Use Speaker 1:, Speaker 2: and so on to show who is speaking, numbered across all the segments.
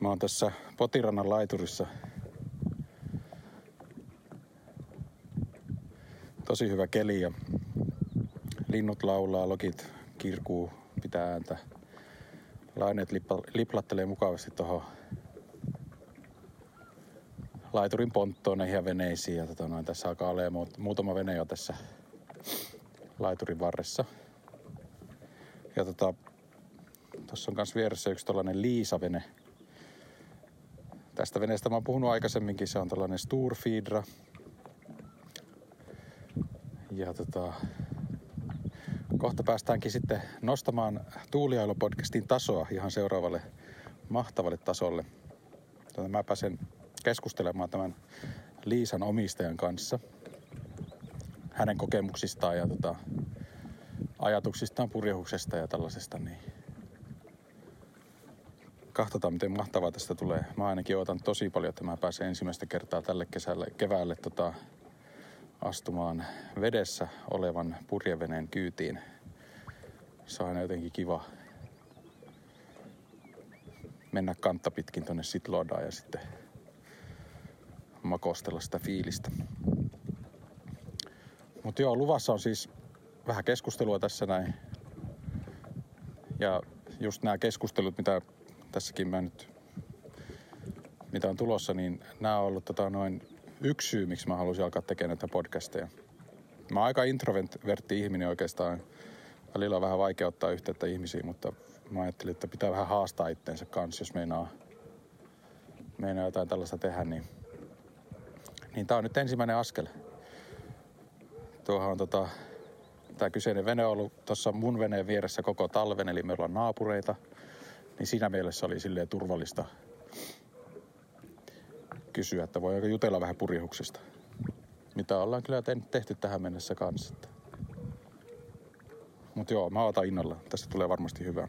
Speaker 1: Mä oon tässä Potirannan laiturissa. Tosi hyvä keli ja linnut laulaa, lokit kirkuu, pitää ääntä. Laineet lippa, liplattelee mukavasti tuohon laiturin ponttooneihin ja veneisiin. Ja tota noin, tässä alkaa olemaan muutama vene jo tässä laiturin varressa. Ja tota, tuossa on myös vieressä yksi tällainen Liisa-vene. Tästä veneestä mä oon puhunut aikaisemminkin, se on tällainen Sturfidra. Ja tota, kohta päästäänkin sitten nostamaan Tuuliailo-podcastin tasoa ihan seuraavalle mahtavalle tasolle. Tota, mä pääsen keskustelemaan tämän Liisan omistajan kanssa hänen kokemuksistaan ja tota, ajatuksistaan purjehuksesta ja tällaisesta, niin katsotaan miten mahtavaa tästä tulee. Mä ainakin odotan tosi paljon, että mä pääsen ensimmäistä kertaa tälle kesälle, keväälle tota, astumaan vedessä olevan purjeveneen kyytiin. Se on aina jotenkin kiva mennä kantta pitkin tonne Sitlodaan ja sitten makostella sitä fiilistä. Mutta joo, luvassa on siis vähän keskustelua tässä näin. Ja just nämä keskustelut, mitä tässäkin mä nyt, mitä on tulossa, niin nämä on ollut tota noin yksi syy, miksi mä halusin alkaa tekemään näitä podcasteja. Mä oon aika introvertti ihminen oikeastaan. Välillä on vähän vaikea ottaa yhteyttä ihmisiin, mutta mä ajattelin, että pitää vähän haastaa itteensä kanssa, jos meinaa, meinaa jotain tällaista tehdä, niin, niin tää on nyt ensimmäinen askel. Tuohan on tota, tämä kyseinen vene on ollut tuossa mun veneen vieressä koko talven, eli me ollaan naapureita niin siinä mielessä oli silleen turvallista kysyä, että voiko jutella vähän purihuksista. Mitä ollaan kyllä tehty tähän mennessä kanssa. Mut joo, mä otan innolla. Tästä tulee varmasti hyvää.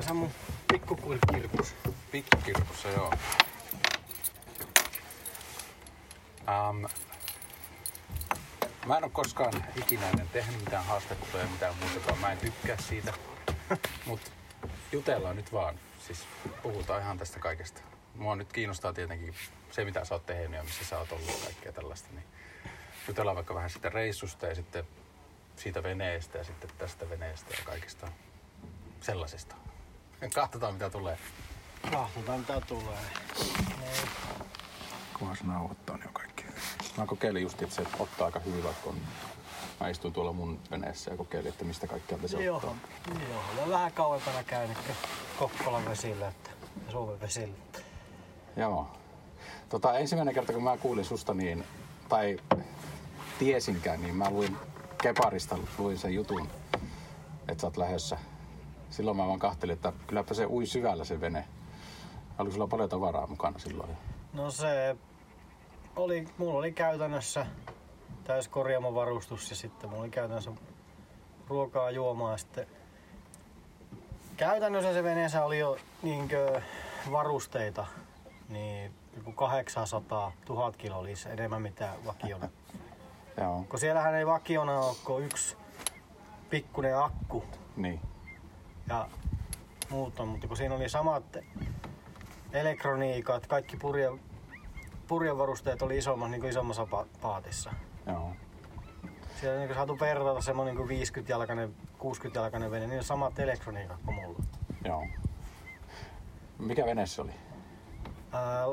Speaker 2: Sehän mun pikkukuilkirkus.
Speaker 1: Pikkukirkussa, joo. Um, mä en ole koskaan ikinä ennen tehnyt mitään haastattelua ja mitään muutakaan. Mä en tykkää siitä. Mut jutellaan nyt vaan. Siis puhutaan ihan tästä kaikesta. Mua nyt kiinnostaa tietenkin se, mitä sä oot tehnyt ja missä sä oot ollut ja kaikkea tällaista. Niin jutellaan vaikka vähän siitä reissusta ja sitten siitä veneestä ja sitten tästä veneestä ja kaikista sellaisista. Katsotaan mitä tulee.
Speaker 2: Kahdotaan mitä tulee.
Speaker 1: Kunhan se nauhoittaa niin on kaikki. Mä kokeilin just, että se ottaa aika hyvin, vaikka on... Mä istuin tuolla mun veneessä ja kokeilin, että mistä kaikkea se
Speaker 2: Joo,
Speaker 1: ottaa.
Speaker 2: joo. Mä vähän kauempana käynyt kuin Kokkolan vesillä että ja Suomen vesillä.
Speaker 1: Joo. Tota, ensimmäinen kerta, kun mä kuulin susta, niin, tai tiesinkään, niin mä luin Keparista luin sen jutun, että sä oot lähössä. Silloin mä vaan kahtelin, että kylläpä se ui syvällä se vene. Oliko sulla paljon tavaraa mukana silloin?
Speaker 2: No se oli, mulla oli käytännössä täys korjaamovarustus ja sitten mulla oli käytännössä ruokaa juomaa ja sitten käytännössä se veneessä oli jo niinkö varusteita, niin joku 800 000 kiloa oli se enemmän mitä vakiona.
Speaker 1: Joo,
Speaker 2: Kun siellähän ei vakiona ole kuin yksi pikkuinen akku
Speaker 1: niin.
Speaker 2: ja muuta, mutta kun siinä oli samat elektroniikat, kaikki purje, purjevarusteet oli isommassa, niin kuin isommassa pa- paatissa.
Speaker 1: Joo.
Speaker 2: Siellä niin saatu verrata semmoinen niin 50-jalkainen, 60-jalkainen vene, niin on samat elektroniikat kuin mulla.
Speaker 1: Joo. Mikä vene se oli?
Speaker 2: Ää,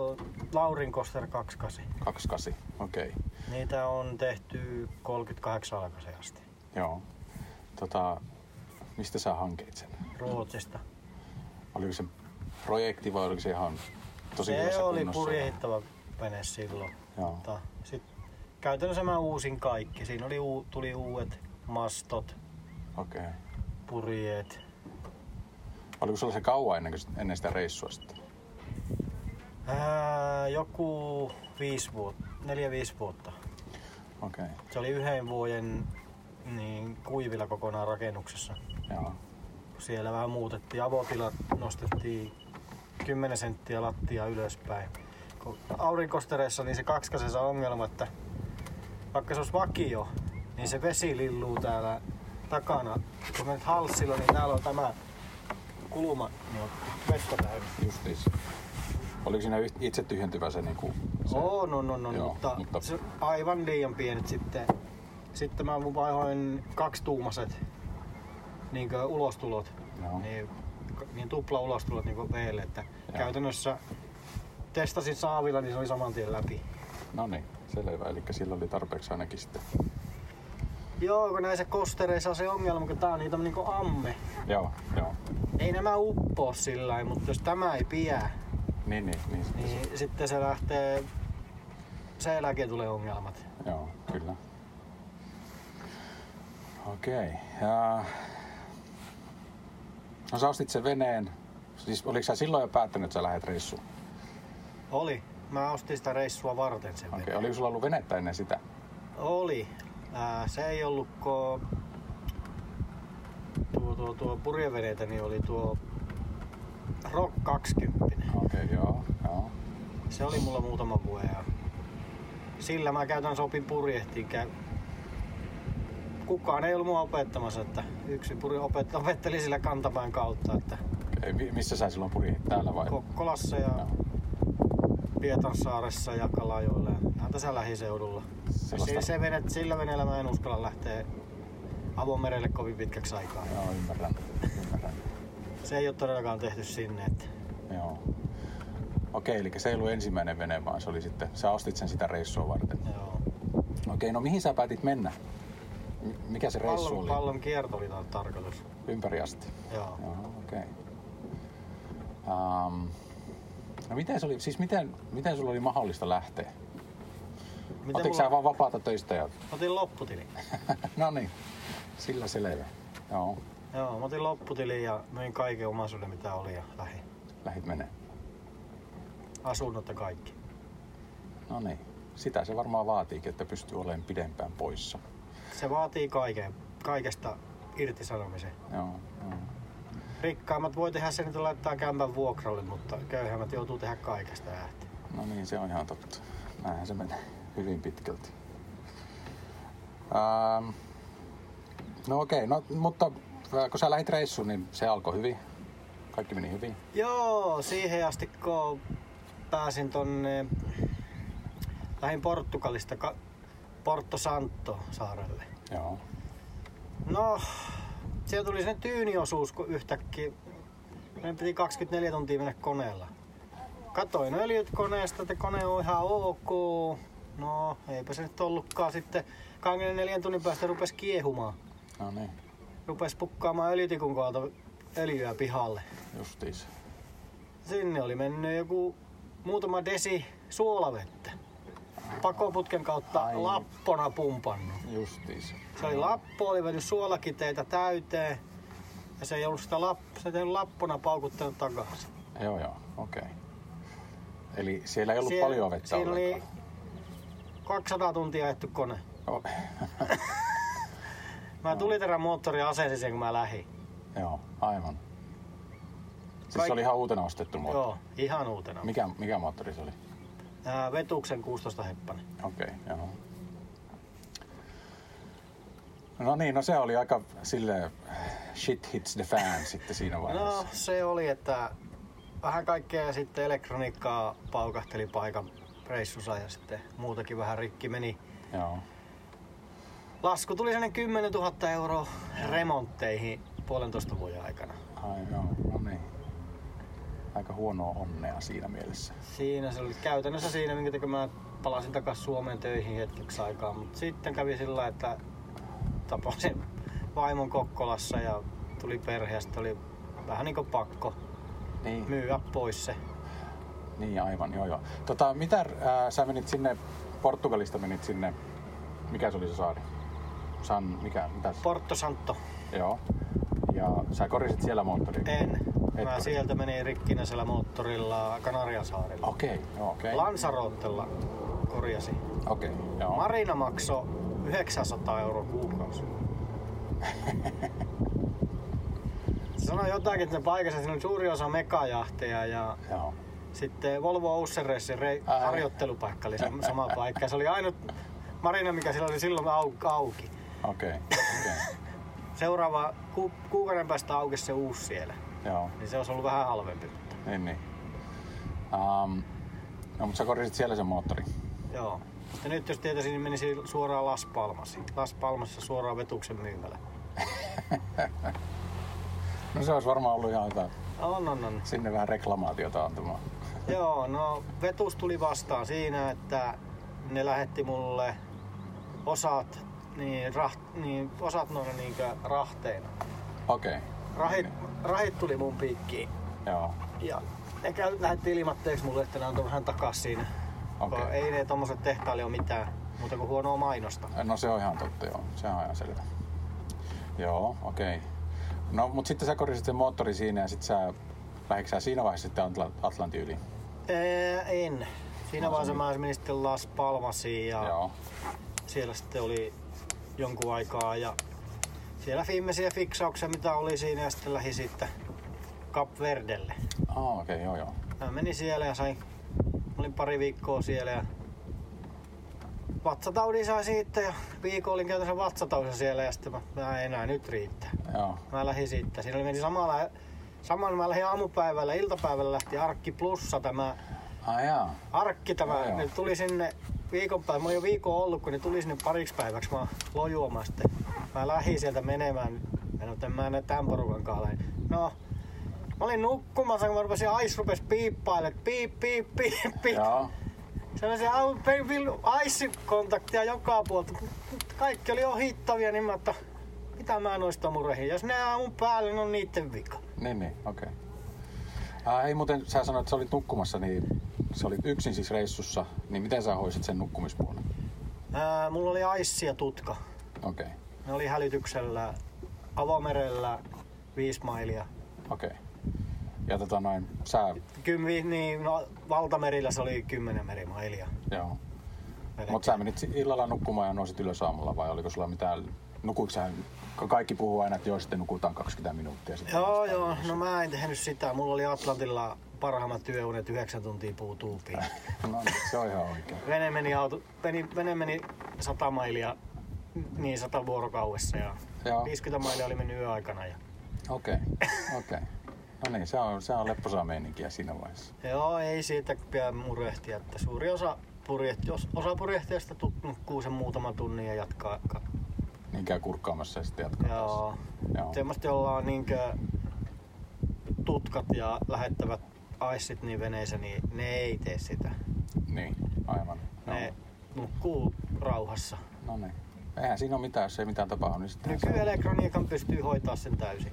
Speaker 2: Laurin Koster 28.
Speaker 1: 28. Okei. Okay.
Speaker 2: Niitä on tehty 38 alkaisen asti
Speaker 1: Joo. Tota, mistä sä hankit sen?
Speaker 2: Ruotsista.
Speaker 1: Oliko se projekti vai oliko se ihan tosi
Speaker 2: Se
Speaker 1: hyvässä
Speaker 2: oli
Speaker 1: kunnossa?
Speaker 2: purjehittava vene silloin.
Speaker 1: Joo.
Speaker 2: Mutta sit käytännössä mä uusin kaikki. Siinä oli, uu- tuli uudet mastot,
Speaker 1: Okei. Okay.
Speaker 2: purjeet.
Speaker 1: Oliko sulla se kauan ennen, kuin- ennen sitä reissua sitten?
Speaker 2: Ää, joku viisi vuotta, neljä viisi vuotta.
Speaker 1: Okei. Okay.
Speaker 2: Se oli yhden vuoden niin, kuivilla kokonaan rakennuksessa.
Speaker 1: Joo.
Speaker 2: Siellä vähän muutettiin, avotilat nostettiin 10 senttiä lattia ylöspäin. Kun aurinkostereissa niin se kakskasessa ongelma, että vaikka se olisi vakio, niin se vesi lilluu täällä takana. Kun menet halsilla, niin täällä on tämä kulma niin on vettä täynnä.
Speaker 1: Justiis. Oliko siinä yht- itse tyhjentyvä se niinku... Se...
Speaker 2: Oo, no, no, no,
Speaker 1: Joo,
Speaker 2: mutta,
Speaker 1: mutta-
Speaker 2: mutta, se aivan liian pienet sitten. Sitten mä vaihoin kaksituumaset niin ulostulot,
Speaker 1: Joo.
Speaker 2: niin, niin tupla ulostulot niin veelle, että
Speaker 1: Joo.
Speaker 2: käytännössä testasin saavilla, niin se oli saman tien läpi.
Speaker 1: No niin, selvä. Eli sillä oli tarpeeksi ainakin sitten.
Speaker 2: Joo, kun näissä kostereissa on se ongelma, kun tää on niitä niinku amme.
Speaker 1: Joo, joo.
Speaker 2: Ei nämä uppoa sillä lailla, mutta jos tämä ei pidä,
Speaker 1: Niin, niin, niin. sitten se-
Speaker 2: niin sitten se lähtee, sen jälkeen tulee ongelmat.
Speaker 1: Joo, kyllä. Okei. ja- No sä ostit sen veneen. Siis oliko sä silloin jo päättänyt, että sä lähdet reissuun?
Speaker 2: Oli. Mä ostin sitä reissua varten sen
Speaker 1: Okei,
Speaker 2: veneen.
Speaker 1: oliko sulla ollut venettä ennen sitä?
Speaker 2: Oli. Ää, se ei ollut ko... Tuo, tuo, tuo purjeveneitä, niin oli tuo Rock 20.
Speaker 1: Okei, joo, joo.
Speaker 2: Se oli mulla muutama vuoden ja sillä mä käytän sopin purjehtiin. Käy... Kukaan ei ollut mua opettamassa, että yksi puri opet- opetteli sillä kantapään kautta, että
Speaker 1: Okei, mi- missä sä silloin purjehit? Täällä vai?
Speaker 2: Kokkolassa ja
Speaker 1: Joo.
Speaker 2: Pietarsaaressa ja Kalajoilla ja ihan tässä lähiseudulla.
Speaker 1: Sellaista-
Speaker 2: Sillä, se vene, sillä veneellä mä en uskalla lähteä avomerelle kovin pitkäksi aikaa.
Speaker 1: Joo, ymmärrän. ymmärrän.
Speaker 2: Se ei ole todellakaan tehty sinne. Että...
Speaker 1: Joo. Okei, eli se ei ollut ensimmäinen vene, vaan se oli sitten, sä ostit sen sitä reissua varten.
Speaker 2: Joo.
Speaker 1: Okei, no mihin sä päätit mennä? M- Mikä se reissu
Speaker 2: Pallon,
Speaker 1: oli?
Speaker 2: pallon kierto oli tää tarkoitus.
Speaker 1: Ympäri asti.
Speaker 2: Joo.
Speaker 1: Joo, okei. Um, no miten se oli, siis miten, miten sulla oli mahdollista lähteä? Miten Otitko sä vaan vapaata töistä ja...
Speaker 2: Otin lopputili.
Speaker 1: no niin, sillä selvä. Joo,
Speaker 2: Joo, mä otin lopputilin ja myin kaiken omaisuuden mitä oli ja lähin.
Speaker 1: lähit menee.
Speaker 2: Asunnot ja kaikki.
Speaker 1: No niin, sitä se varmaan vaatiikin, että pystyy olemaan pidempään poissa.
Speaker 2: Se vaatii kaiken, kaikesta irtisanomisen.
Speaker 1: Joo, joo.
Speaker 2: Rikkaammat voi tehdä sen, että laittaa kämpän vuokralle, mutta köyhemmät joutuu tehdä kaikesta lähteä.
Speaker 1: No niin, se on ihan totta. Näinhän se menee hyvin pitkälti. Ähm, no okei, no, mutta äh, kun sä lähdit reissuun, niin se alkoi hyvin. Kaikki meni hyvin.
Speaker 2: Joo, siihen asti kun pääsin tonne, lähin Portugalista Ka- Porto Santo saarelle.
Speaker 1: Joo.
Speaker 2: No, siellä tuli sen tyyniosuus, kun yhtäkkiä meidän piti 24 tuntia mennä koneella. Katoin öljyt koneesta, että kone on ihan ok. No, eipä se nyt ollutkaan sitten. 24 tunnin päästä rupes kiehumaan.
Speaker 1: No niin,
Speaker 2: Rupes pukkaamaan öljytikun kohdalta öljyä pihalle.
Speaker 1: justiis.
Speaker 2: Sinne oli mennyt joku muutama desi suolavettä. Pakoputken kautta
Speaker 1: Ai.
Speaker 2: lappona pumpannut.
Speaker 1: Justiis.
Speaker 2: Se oli lappu, oli mennyt suolakiteitä täyteen. Ja se ei ollut sitä lapp, se ei ollut lappuna paukuttanut takaisin.
Speaker 1: Joo, joo, okei. Eli siellä ei ollut
Speaker 2: Siellä-
Speaker 1: paljon vettä
Speaker 2: Siinä oli
Speaker 1: ollenkaan.
Speaker 2: 200 tuntia ajettu kone.
Speaker 1: Joo.
Speaker 2: Mä tuliterän moottori asensin sen, kun mä lähdin.
Speaker 1: joo, aivan. Siis
Speaker 2: Kaik-
Speaker 1: se oli ihan uutena ostettu moottori.
Speaker 2: Joo, ihan uutena.
Speaker 1: Mikä, mikä moottori se oli?
Speaker 2: Ää, vetuksen 16 heppanen.
Speaker 1: Okei, joo. No niin, no se oli aika sille shit hits the fan sitten siinä
Speaker 2: No
Speaker 1: vaiheessa.
Speaker 2: se oli, että vähän kaikkea sitten elektroniikkaa paukahteli paikan reissussa ja sitten muutakin vähän rikki meni.
Speaker 1: No. Joo,
Speaker 2: Lasku tuli sellainen 10 000 euroa remontteihin puolentoista vuoden aikana.
Speaker 1: ai joo, no niin. Aika huonoa onnea siinä mielessä.
Speaker 2: Siinä se oli käytännössä siinä, minkä takia mä palasin takaisin Suomeen töihin hetkeksi aikaa. Mutta sitten kävi sillä lailla, että tapasin vaimon Kokkolassa ja tuli perhe ja sitten oli vähän niinku pakko
Speaker 1: Niin,
Speaker 2: myyä pois se.
Speaker 1: niin aivan, joo joo. Tota, mitä ää, sä menit sinne, Portugalista menit sinne, mikä se oli se saari? San, mikä, mitä se?
Speaker 2: Porto Santo,
Speaker 1: joo. Ja sä korisit siellä moottoria?
Speaker 2: en. Mä
Speaker 1: Hetkinen.
Speaker 2: sieltä menin rikkinäisellä moottorilla Kanariasaarilla.
Speaker 1: Okei, joo, okei.
Speaker 2: Lansarottella korjasi.
Speaker 1: Okei, joo.
Speaker 2: Marina maksoi 900 euroa kuukausi. Se sanoi jotakin, että paikassa siinä oli suuri osa mekajahteja ja
Speaker 1: Joo.
Speaker 2: sitten Volvo Ocean Racing rei-
Speaker 1: Ai.
Speaker 2: harjoittelupaikka oli sam- sama paikka. Se oli ainut marina, mikä sillä oli silloin au- auki.
Speaker 1: Okei. okei.
Speaker 2: Seuraava ku- kuukauden päästä auki se uusi siellä.
Speaker 1: Joo.
Speaker 2: Niin se olisi ollut vähän halvempi. mutta
Speaker 1: Niin, niin. Um, no, mutta sä korjasit siellä sen moottori.
Speaker 2: Joo. Ja nyt jos tietäisin, niin menisin suoraan Las Palmasiin. Las Palmasissa suoraan vetuksen myymälä.
Speaker 1: No se olisi varmaan ollut ihan hyvä.
Speaker 2: On, on, on.
Speaker 1: Sinne vähän reklamaatiota antamaan.
Speaker 2: Joo, no vetus tuli vastaan siinä, että ne lähetti mulle osat, niin, raht, niin osat noina niinkö rahteina.
Speaker 1: Okei.
Speaker 2: Rahit, rahit tuli mun piikkiin
Speaker 1: Joo.
Speaker 2: ja ne käy, lähetti ilmatteeksi mulle, että ne antoi vähän takas siinä.
Speaker 1: Okei.
Speaker 2: Okay. Ei ne tommoset tehtaille ole mitään muuta kuin huonoa mainosta.
Speaker 1: No se on ihan totta, joo. Se on ihan selvä. Joo, okei. No, mutta sitten sä korjasit sen moottori siinä ja sitten sä lähdikö sä siinä vaiheessa sitten Atla- Atlantin yli?
Speaker 2: Ää, en. Siinä
Speaker 1: No, se
Speaker 2: vaiheessa
Speaker 1: on-
Speaker 2: mä menin sitten Las Palmasiin ja
Speaker 1: Joo.
Speaker 2: siellä sitten oli jonkun aikaa ja siellä viimeisiä fiksauksia mitä oli siinä ja sitten lähdin sitten Kap Verdelle.
Speaker 1: Ah, okei, joo, joo.
Speaker 2: Mä menin siellä ja sain, mä olin pari viikkoa siellä ja vatsataudin sai siitä ja viikko olin käytännössä vatsataudissa siellä ja sitten mä, mä enää nyt riittää.
Speaker 1: Joo.
Speaker 2: Mä lähdin siitä. Siinä oli meni samalla, saman mä lähdin aamupäivällä, iltapäivällä lähti Arkki Plussa tämä
Speaker 1: Ah, jaa.
Speaker 2: arkki tämä,
Speaker 1: Joo, joo.
Speaker 2: ne tuli sinne viikon päivä, mä oon jo viikon ollut, kun ne tuli sinne pariksi päiväksi, mä lojuomaan sitten. Mä lähdin sieltä menemään, mä en, en mä enää tämän porukan kanssa lähde. No, mä olin nukkumassa, kun mä rupesin, ais rupes piippaille, piip, piip, piip, piip.
Speaker 1: Joo.
Speaker 2: Sellaisia au- pe- vil- aissikontakteja joka puolta. Kaikki oli ohittavia, niin mä että mitä mä noista murehin. Jos ne jää mun päälle, niin on niitten vika.
Speaker 1: Niin, niin, okei. Ah, hei, muuten sä sanoit, että sä olit nukkumassa, niin sä olit yksin siis reissussa, niin miten sä hoisit sen nukkumispuolen?
Speaker 2: Ää, mulla oli aissi ja tutka.
Speaker 1: Okei,
Speaker 2: Ne oli hälytyksellä avomerellä viisi mailia.
Speaker 1: okei. Ja tota noin, sä,
Speaker 2: Kymmi, niin, no, valtamerillä se oli kymmenen merimailia.
Speaker 1: joo.
Speaker 2: melkein.
Speaker 1: Mutta sä menit si- illalla nukkumaan ja nousit ylös aamulla vai oliko sulla mitään, nukuitko sä, ka- kaikki puhuu aina, että joo sitten nukutaan 20 minuuttia. Sitten
Speaker 2: Joo,
Speaker 1: noustaan
Speaker 2: joo.
Speaker 1: ylös.
Speaker 2: No mä en tehnyt sitä. Mulla oli Atlantilla parhaimmat työunet yhdeksän tuntia puutuupiin.
Speaker 1: no niin, se on ihan oikein.
Speaker 2: Vene meni, auto, veni, vene meni 100 mailia, niin 100 vuorokaudessa ja
Speaker 1: Joo,
Speaker 2: 50 mailia oli mennyt yöaikana. Ja...
Speaker 1: okei, okei. No niin, se on, se on lepposaa meininkiä siinä vaiheessa.
Speaker 2: Joo, ei siitä pidä murehtia, että suuri osa purjehti, os- osa purjehtijoista tu- nukkuu sen muutama tunnin ja jatkaa. ka-
Speaker 1: Niin käy kurkkaamassa ja sitten jatkaa
Speaker 2: Joo.
Speaker 1: taas. Joo.
Speaker 2: Semmoista, jolla on niinkö tutkat ja lähettävät aissit niin veneissä, niin ne ei tee sitä.
Speaker 1: Niin, aivan. Joo.
Speaker 2: Ne nukkuu rauhassa.
Speaker 1: No niin. Eihän siinä ole mitään, jos ei mitään tapahdu, niin sitten
Speaker 2: Nykyelektroniikan pystyy hoitaa sen täysin.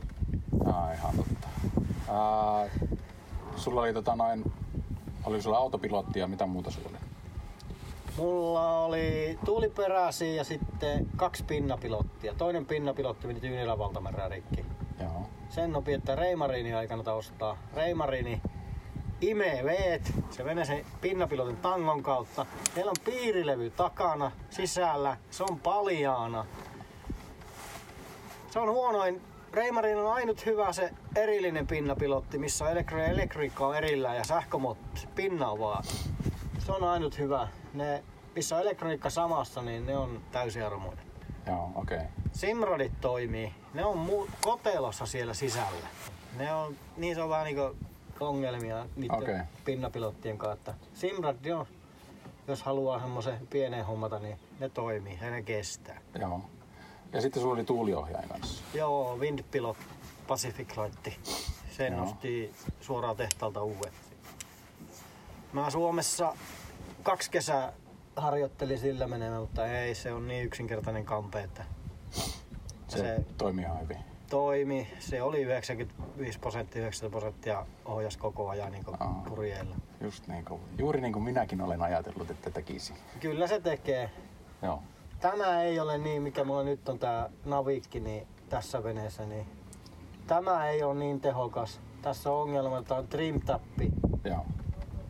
Speaker 1: Aa, ihan totta. Ää, sulla oli tota noin, oli sulla autopilotti ja mitä muuta sulla oli?
Speaker 2: Mulla oli tuuliperäsi ja sitten kaksi pinnapilottia. Toinen pinnapilotti meni Tyynilän valtamerään rikki.
Speaker 1: Joo.
Speaker 2: Sen opi, että Reimariinia ei kannata ostaa. Reimarini imee veet, se menee sen pinnapilotin tangon kautta. Meillä on piirilevy takana, sisällä, se on paljaana. Se on huonoin. Reimarin on ainut hyvä se erillinen pinnapilotti, missä on elektro- ja elektriikka on erillään ja sähkömotti pinna on vaan. Se on ainut hyvä. Ne, missä on elektroniikka samassa, niin ne on täysiä romuja.
Speaker 1: Joo, okei. Okay.
Speaker 2: Simradit toimii. Ne on mu- kotelossa siellä sisällä. Ne on, niissä on vähän niinku ongelmia niiden
Speaker 1: Okei.
Speaker 2: okay. pinnapilottien kanssa. että Simrad on, jos haluaa semmoisen pienen hommata, niin ne toimii ja ne kestää.
Speaker 1: Joo. Ja sitten sulla oli tuuliohjaajan kanssa.
Speaker 2: Joo, Windpilot Pacific Light. Sen
Speaker 1: Joo.
Speaker 2: nosti suoraan tehtaalta uudet. Mä Suomessa kaksi kesää harjoittelin sillä menemään, mutta ei, se on niin yksinkertainen kampe, että
Speaker 1: Se,
Speaker 2: Se-
Speaker 1: se... toimii ihan hyvin.
Speaker 2: toimi. Se oli 95 prosenttia, 90 prosenttia ohjas koko ajan niin
Speaker 1: Aa.
Speaker 2: purjeilla.
Speaker 1: Just niin kuin, juuri niin kuin minäkin olen ajatellut, että tekisi.
Speaker 2: Kyllä se tekee.
Speaker 1: Joo.
Speaker 2: Tämä ei ole niin, mikä mulla nyt on tää navikki niin tässä veneessä. Niin tämä ei ole niin tehokas. Tässä on ongelma, että on trimtappi.
Speaker 1: Joo.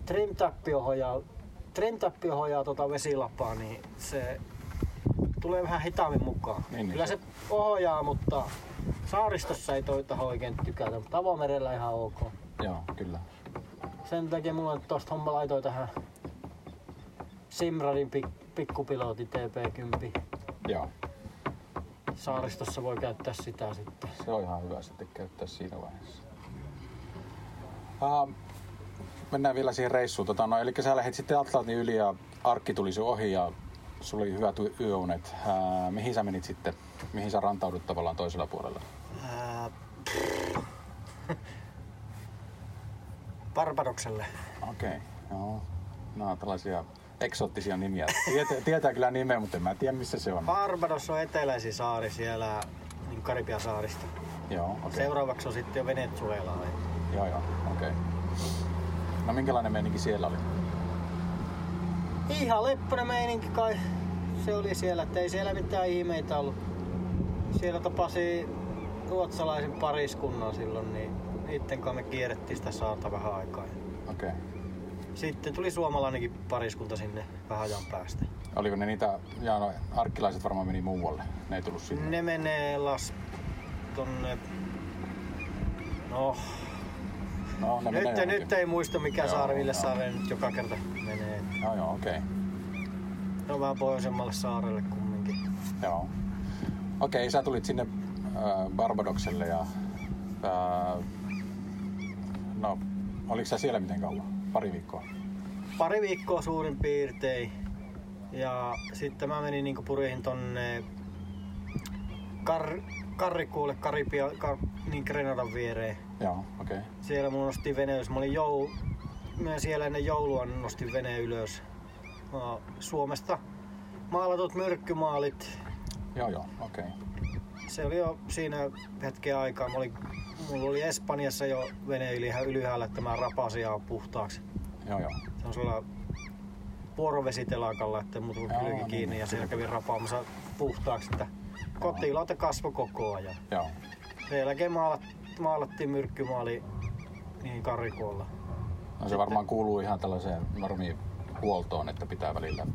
Speaker 2: Trimtappi ohjaa, trimtappi ohjaa tota vesilapaa, niin se tulee vähän hitaammin mukaan.
Speaker 1: Niin, niin
Speaker 2: Kyllä
Speaker 1: se-
Speaker 2: se ohjaa, mutta Saaristossa ei toi taho oikein tykätä, mutta avomerellä ihan ok.
Speaker 1: Joo, kyllä.
Speaker 2: Sen takia mulla nyt tosta homma laitoi tähän Simradin pik- pikkupilotti TP10.
Speaker 1: Joo.
Speaker 2: Saaristossa voi käyttää sitä sitten.
Speaker 1: Se on ihan hyvä sitten käyttää siinä vaiheessa. Uh, mennään vielä siihen reissuun. Tota, no, eli sä lähdit sitten Atlantin yli ja arkki tuli sun ohi ja sulla oli hyvät y- yöunet. Uh, mihin sä menit sitten? Mihin sä rantaudut tavallaan toisella puolella?
Speaker 2: Ää, pff. Barbadokselle.
Speaker 1: Okei, okay. joo. Nämä on tällaisia eksoottisia nimiä. Tietää, tietää kyllä nimeä, mutta en mä tiedä missä se on.
Speaker 2: Barbados on eteläisin saari siellä niin Karibian saarista.
Speaker 1: Joo, okei.
Speaker 2: Seuraavaksi on sitten jo Venezuela.
Speaker 1: Joo, joo, okei. No minkälainen meininki siellä oli?
Speaker 2: Ihan lepponen meininki kai se oli siellä, ettei siellä mitään ihmeitä ollut. Siellä tapasi ruotsalaisen pariskunnan silloin, niin niitten kanssa me kierrettiin sitä saarta vähän aikaa.
Speaker 1: Okei. Okay.
Speaker 2: Sitten tuli suomalainenkin pariskunta sinne vähän ajan päästä.
Speaker 1: Oliko ne niitä, ja no, arkkilaiset varmaan meni muualle, ne ei tullut sinne.
Speaker 2: Ne menee las tonne... No,
Speaker 1: No, ne menee
Speaker 2: nyt,
Speaker 1: johonkin.
Speaker 2: nyt ei muista mikä
Speaker 1: Joo,
Speaker 2: saari, mille
Speaker 1: joo.
Speaker 2: saarelle nyt joka kerta menee.
Speaker 1: Joo, joo, okei. Okay.
Speaker 2: Ne on vähän pohjoisemmalle saarelle kumminkin.
Speaker 1: Joo. Okei, sä tulit sinne äh, Barbadokselle ja... Äh, no, oliko sä siellä miten kauan? Pari viikkoa?
Speaker 2: Pari viikkoa suurin piirtein. Ja sitten mä menin niinku purihin tonne kar, Karrikuulle, Karibia, kar, niin Grenadan viereen.
Speaker 1: Joo, okei. Okay.
Speaker 2: Siellä mun nosti vene ylös. Mä olin jou... Mä siellä ennen joulua nostin vene ylös. Mä Suomesta maalatut myrkkymaalit.
Speaker 1: Joo, joo, okei. Okay.
Speaker 2: Se oli jo siinä hetken aikaa. Mä olin, mulla oli Espanjassa jo vene yli- ylhäällä, että mä rapasin ihan puhtaaksi.
Speaker 1: Joo, joo.
Speaker 2: Se on sellainen vuorovesitelakalla, että mut tuli
Speaker 1: Joo,
Speaker 2: kylki
Speaker 1: niin.
Speaker 2: kiinni ja siellä kävin rapaamassa puhtaaksi. Että kotiilta kasvo koko ajan.
Speaker 1: Joo.
Speaker 2: Sen jälkeen maalat, maalattiin myrkkymaali niin karikolla.
Speaker 1: No se varmaan kuuluu ihan tällaiseen normiin huoltoon, että pitää välillä...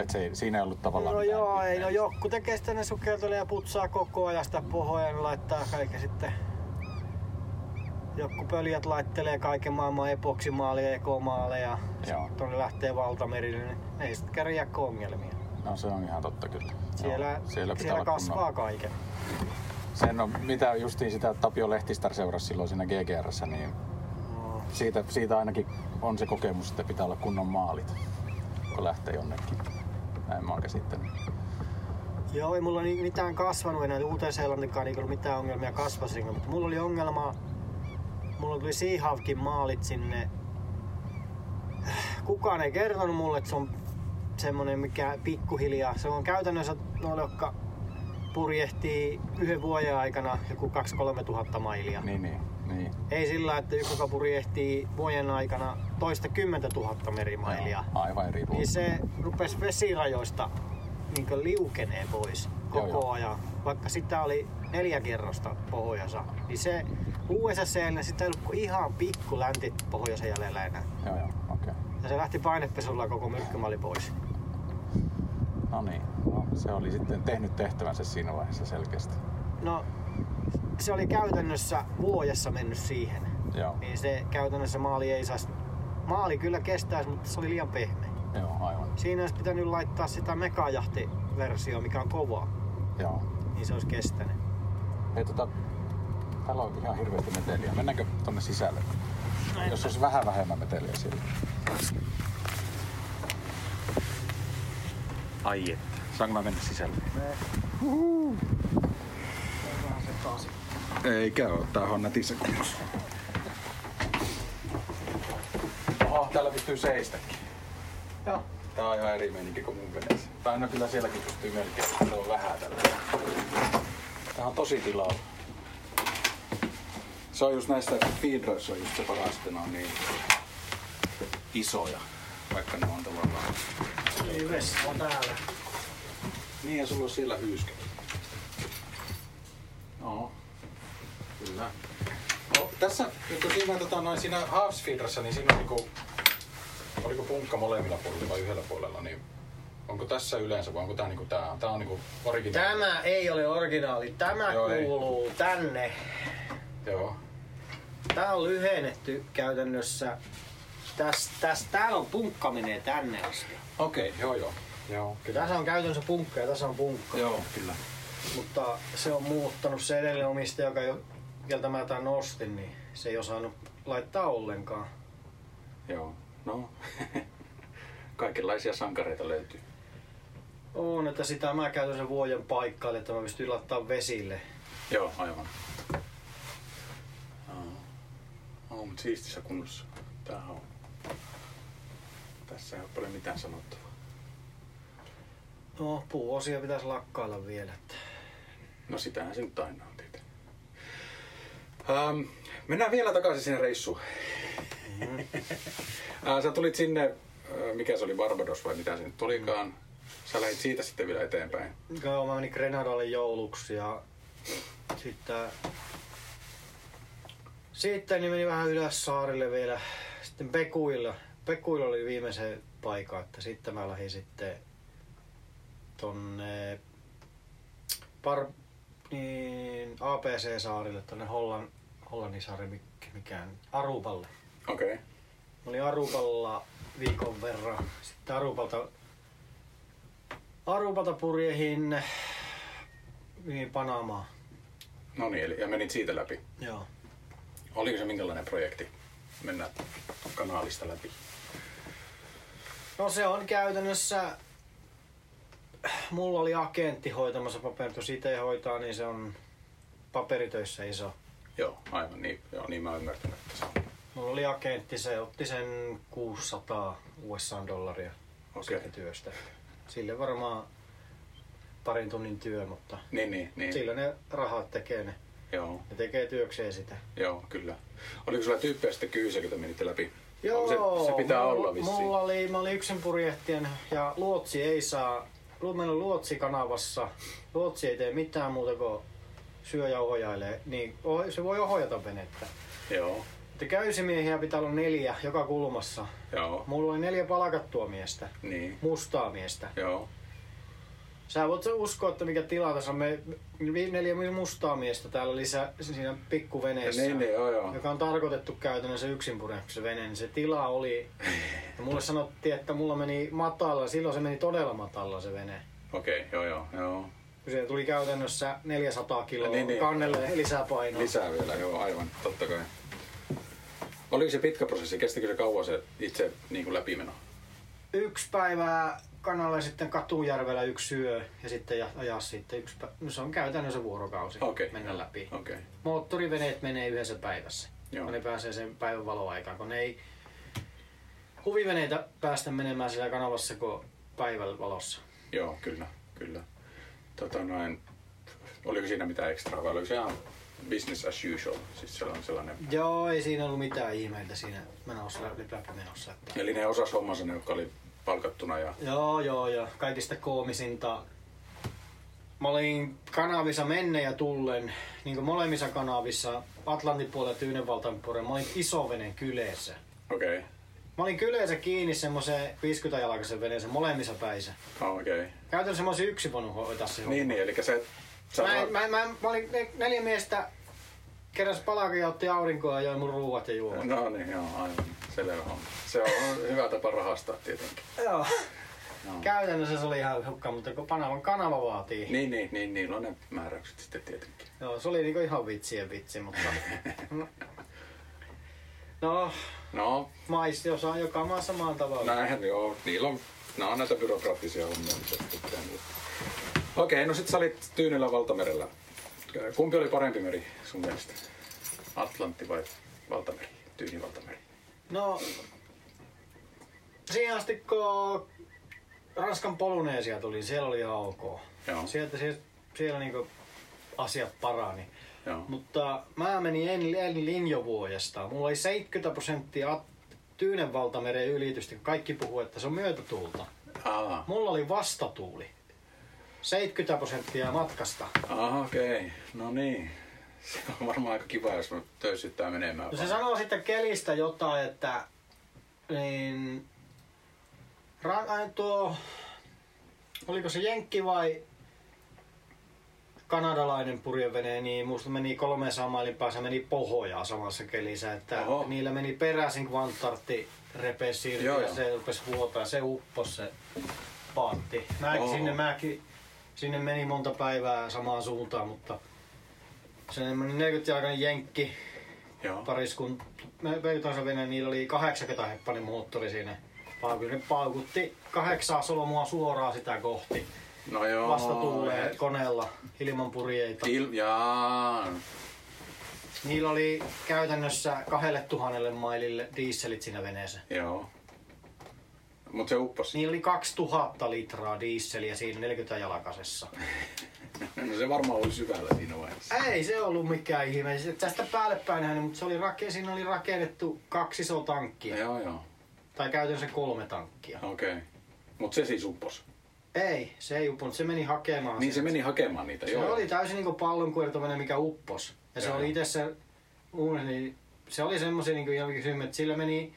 Speaker 1: Et se, ei- siinä ei ollut tavallaan
Speaker 2: No
Speaker 1: mitään
Speaker 2: joo, ei, no
Speaker 1: ihmeellistä.
Speaker 2: joku tekee sitä ne sukeltelee ja putsaa koko ajan sitä pohjaa ja ne laittaa kaiken sitten. Joku pöljät laittelee kaiken maailman epoksimaaleja, ekomaaleja.
Speaker 1: Joo.
Speaker 2: Sitten ne lähtee valtamerille, niin ne ei sitten kärjää kuin ongelmia.
Speaker 1: No se on ihan totta kyllä.
Speaker 2: Siellä,
Speaker 1: joo,
Speaker 2: siellä,
Speaker 1: pitää
Speaker 2: siellä
Speaker 1: olla kunnon-
Speaker 2: kasvaa kaiken.
Speaker 1: Sen on, mitä justiin sitä Tapio Lehtistar seurasi silloin siinä GGRssä, niin
Speaker 2: No,
Speaker 1: siitä, siitä ainakin on se kokemus, että pitää olla kunnon maalit, kun lähtee jonnekin. Näin mä oon käsittänyt.
Speaker 2: Joo, ei mulla ni- mitään kasvanut enää. Uuteen-Seelantikaan ei ollut mitään ongelmia kasvasinko, mutta mulla oli ongelma. Mulla tuli Seahawkin maalit sinne. Kukaan ei kertonut mulle, että se on semmonen, mikä pikkuhiljaa. Se on käytännössä noille, jotka purjehtii yhden vuoden aikana joku 2-3 tuhatta mailia.
Speaker 1: Niin, niin, niin.
Speaker 2: Ei sillä, että joku joka purjehtii vuoden aikana toista kymmentä tuhatta merimailia
Speaker 1: Joo, Aivan eri
Speaker 2: niin
Speaker 1: ruoka.
Speaker 2: se rupesi vesirajoista niin liukenee pois koko
Speaker 1: Joo, joo.
Speaker 2: ajan. Vaikka sitä oli neljä kerrosta pohjoisa, niin se USA sitä ei ollut kuin ihan pikku länti pohjoisen jäljellä enää.
Speaker 1: Joo, joo, okei. Okay.
Speaker 2: Ja se lähti painepesulla koko myrkkymalli pois.
Speaker 1: No niin, no, se oli sitten tehnyt tehtävänsä siinä vaiheessa selkeästi.
Speaker 2: No, se oli käytännössä vuodessa mennyt siihen.
Speaker 1: Joo,
Speaker 2: Niin se käytännössä maali ei saisi... Maali kyllä kestäisi, mutta se oli liian pehmeä.
Speaker 1: joo, aivan.
Speaker 2: Siinä olisi pitänyt laittaa sitä megajahti-versio, mikä on kova,
Speaker 1: Joo.
Speaker 2: niin se olisi kestänyt.
Speaker 1: Hei, tota, täällä on ihan hirveästi meteliä. Mennäänkö tonne sisälle?
Speaker 2: Näin.
Speaker 1: Jos olisi vähän vähemmän meteliä siellä. Ai että. Saanko mä mennä sisälle? Ei käy, tää on nätissä kunnossa. Oho, täällä pystyy seistäkin. Joo. Tää on ihan eri meininki kuin mun veneessä. Tai no kyllä sielläkin pystyy melkein, mutta se on vähän tällä. Tää on tosi tilaa. Se on just näistä feedroissa on just se paras, että ne on niin isoja, vaikka ne on tavallaan.
Speaker 2: Ei vessa on täällä.
Speaker 1: Niin ja sulla on siellä hyyskä. No, kyllä. No, tässä, kun siinä, tota, noin siinä Havsfiidrassa, niin siinä on niinku, oliko punkka molemmilla puolilla vai yhdellä puolella, niin Onko tässä yleensä vai onko tämä niinku tää? Tää on niinku originaali.
Speaker 2: Tämä ei ole originaali. Tämä
Speaker 1: Joo, ei.
Speaker 2: kuuluu tänne.
Speaker 1: Joo.
Speaker 2: Tämä on lyhennetty käytännössä. Tässä, tässä, täällä on punkka menee tänne asti.
Speaker 1: Okei, okay, joo joo. Joo, kyllä.
Speaker 2: Tässä on käytännössä punkka ja tässä on punkka.
Speaker 1: Joo, kyllä.
Speaker 2: Mutta se on muuttanut se edellinen omistaja, joka jo, keltä mä tämän ostin, niin se ei osannut laittaa ollenkaan.
Speaker 1: Joo. No, kaikenlaisia sankareita löytyy.
Speaker 2: On, että sitä mä käytän sen vuoden paikkaille, että mä pystyn laittaa vesille.
Speaker 1: Joo, aivan. Joo, oh, mutta siistissä kunnossa. Tää on. Tässä ei ole paljon mitään sanottavaa.
Speaker 2: No, puuosia pitäisi lakkailla vielä. Että.
Speaker 1: No sitähän se nyt aina on tietenkin. Ähm, mennään vielä takaisin sinne reissuun. Äh, Sä tulit sinne, äh, mikä se oli, Barbados vai mitä se nyt olikaan. Sä lähdit siitä sitten vielä eteenpäin.
Speaker 2: Joo, mä menin Grenadalle jouluksi ja sitten, sitten niin menin vähän ylös saarille vielä. Sitten Pekuilla. Pekuilla oli viimeisen paikka, että sitten mä lähdin sitten tonne par, niin APC-saarille, tonne Hollan, Hollannin saari, mik- mikään, Aruballe.
Speaker 1: Okei. Okay.
Speaker 2: Mä olin Arupalla viikon verran. Sitten Arupalta, Arupalta purjehin niin Panamaan.
Speaker 1: No niin, eli ja menit siitä läpi.
Speaker 2: Joo.
Speaker 1: Oliko se minkälainen projekti mennä kanaalista läpi?
Speaker 2: No se on käytännössä... Mulla oli agentti hoitamassa paperit, jos itse hoitaa, niin se on paperitöissä iso.
Speaker 1: Joo, aivan niin. Joo, niin mä oon ymmärtänyt, että se on.
Speaker 2: Mulla oli agentti, se otti sen 600 USA-dollaria
Speaker 1: Okei.
Speaker 2: siitä työstä. Sille varmaan parin tunnin työ, mutta
Speaker 1: Niin, niin, niin.
Speaker 2: sillä ne rahat tekee ne.
Speaker 1: Joo,
Speaker 2: Ne tekee työkseen sitä.
Speaker 1: joo, kyllä. Oliko sulla tyyppejä sitten kyysiä, kun te menitte läpi?
Speaker 2: Joo,
Speaker 1: se, se pitää
Speaker 2: mulla,
Speaker 1: olla vissiin.
Speaker 2: Mulla oli, mä olin yksin purjehtien ja luotsi ei saa, lu- meillä on luotsi kanavassa, luotsi ei tee mitään muuta kuin syö ja ohjailee, niin oh- se voi ohjata venettä.
Speaker 1: Joo,
Speaker 2: Mutta Käysimiehiä pitää olla neljä joka kulmassa.
Speaker 1: joo,
Speaker 2: Mulla oli neljä palkattua miestä,
Speaker 1: niin,
Speaker 2: mustaa miestä.
Speaker 1: joo,
Speaker 2: Sä voit se uskoa, että mikä tila tässä on. Me vi- neljä mustaa miestä täällä lisää siinä pikkuveneessä.
Speaker 1: Niin, niin, joo, joo.
Speaker 2: Joka on tarkoitettu käytännössä yksin purjehduksen veneen. niin Se tila oli... Ja mulle sanottiin, että mulla meni matala. Silloin se meni todella matala se vene.
Speaker 1: okei, okay, joo, joo, joo.
Speaker 2: Kun se tuli käytännössä 400 kiloa
Speaker 1: Niin,
Speaker 2: niin,
Speaker 1: niin.
Speaker 2: niin. kannelle lisää painoa.
Speaker 1: Lisää vielä, joo, aivan, totta kai. Oliko se pitkä prosessi? Kestikö se kauan se itse niin kuin läpimeno?
Speaker 2: Yksi päivää kanalla ja sitten Katujärvellä yksi yö ja sitten ja- ajaa sitten yksi pä- no se on käytännössä vuorokausi
Speaker 1: Okei.
Speaker 2: mennä läpi.
Speaker 1: Okei, okay.
Speaker 2: moottoriveneet menee yhdessä päivässä.
Speaker 1: Joo.
Speaker 2: Joo. Ne pääsee sen päivän valoaikaan, kun ne ei huviveneitä päästä menemään siellä kanavassa kuin päivän valossa.
Speaker 1: joo, kyllä, kyllä. Tota noin, oliko siinä mitään ekstraa vai oliko se ihan business as usual? Siis se on sellainen
Speaker 2: Joo, ei siinä ollut mitään ihmeitä siinä menossa, läpimenossa. Että...
Speaker 1: Eli ne osas hommansa ne, jotka oli palkattuna ja...
Speaker 2: Joo, joo, ja kaikista koomisinta. Mä olin kanavissa menne ja tullen, niin kuin molemmissa kanavissa, Atlantin puolella ja Tyynenvaltain puolella, mä olin isoveneen kyleessä.
Speaker 1: Okei. Okay.
Speaker 2: Mä olin kyleessä kiinni semmoiseen 50-jalkaisen veneeseen molemmissa päissä.
Speaker 1: Oh, okei. Okay.
Speaker 2: Käytännössä mä olisin yksin voinut hoitaa se
Speaker 1: Niin,
Speaker 2: niin,
Speaker 1: niin, eli sä et... Sä
Speaker 2: mä, en- mä, mä, mä, olin ne- neljä miestä keräs palakin ja otti aurinkoa ja joi mun ruuat ja juomat.
Speaker 1: No niin, joo, aivan. Selvä homma. Se on hyvä tapa rahastaa tietenkin.
Speaker 2: Joo.
Speaker 1: Joo.
Speaker 2: Käytännössä se oli ihan hukka, mutta kun Panaman kanava vaatii.
Speaker 1: Niin, niin, niin, niillä on ne määräykset sitten tietenkin.
Speaker 2: Joo, se oli niinku ihan vitsien vitsi, mutta... no,
Speaker 1: No,
Speaker 2: maisti osaa joka maassa maan tavalla.
Speaker 1: näinhän joo. Niillä on... Nää on näitä byrokraattisia hommia. mitä sitten tehdään. Okei, no sit sä olit Tyynellä valtamerellä. Kumpi oli parempi meri sun mielestä? Atlantti vai valtameri? Tyyni valtameri.
Speaker 2: No, siihen asti kun Ranskan Poluneesia tuli, siellä oli ihan ok.
Speaker 1: Joo.
Speaker 2: Sieltä, siellä, siellä niinku asiat parani.
Speaker 1: Joo.
Speaker 2: Mutta mä menin en, en linjovuojesta. Mulla oli 70 prosenttia At- Tyynenvaltameren ylitystä, kun kaikki puhuu, että se on myötätuulta.
Speaker 1: Aa,
Speaker 2: Mulla oli vastatuuli. 70 prosenttia matkasta.
Speaker 1: Aha, okei. Okay. No niin. Se on varmaan aika kiva, jos mä töyssyttää menemään.
Speaker 2: No se
Speaker 1: vaan.
Speaker 2: sanoo sitten kelistä jotain, että niin, ra, äh, tuo Oliko se Jenkki vai kanadalainen purjevene, niin musta meni 300 mailin päässä meni pohjaa samassa kelissä, että
Speaker 1: Oho.
Speaker 2: Oho. niillä meni peräisin kvantartti repesi irti
Speaker 1: Joo,
Speaker 2: ja
Speaker 1: joo.
Speaker 2: se rupesi vuotaa, se uppos se paatti. Mäkin
Speaker 1: Oho.
Speaker 2: sinne, mäkin, sinne meni monta päivää samaan suuntaan, mutta se meni 40-jalkainen jenkki,
Speaker 1: Joo.
Speaker 2: pariskun, me veitoisen vene, niillä oli 80 heppainen moottori siinä. Paukutti, ne paukutti kahdeksaa solmua suoraan sitä kohti.
Speaker 1: No joo.
Speaker 2: Vasta tulee koneella ilman purjeita.
Speaker 1: Til... Jaa.
Speaker 2: Niillä oli käytännössä kahdelle tuhannelle mailille dieselit siinä veneessä.
Speaker 1: Joo. Mut se upposi.
Speaker 2: Niillä oli 2000 litraa dieseliä siinä 40 jalkasessa.
Speaker 1: No se varmaan oli syvällä siinä vaiheessa.
Speaker 2: Ei se ollut mikään ihme. Se- Tästä päälle päin mutta se oli rake, siinä oli rakennettu kaksi isoa tankkia.
Speaker 1: Joo joo.
Speaker 2: Tai käytännössä kolme tankkia.
Speaker 1: Okei. Okay. Mut se siis upposi.
Speaker 2: Ei, se ei uppunut. Se meni hakemaan
Speaker 1: Niin
Speaker 2: sen.
Speaker 1: se meni hakemaan niitä,
Speaker 2: Se
Speaker 1: joo.
Speaker 2: oli täysin niinku pallonkuertaminen, mikä uppos. Ja se
Speaker 1: Joo.
Speaker 2: oli itse se uusi, niin se oli semmoisia niinku jälkisymmä, että sillä meni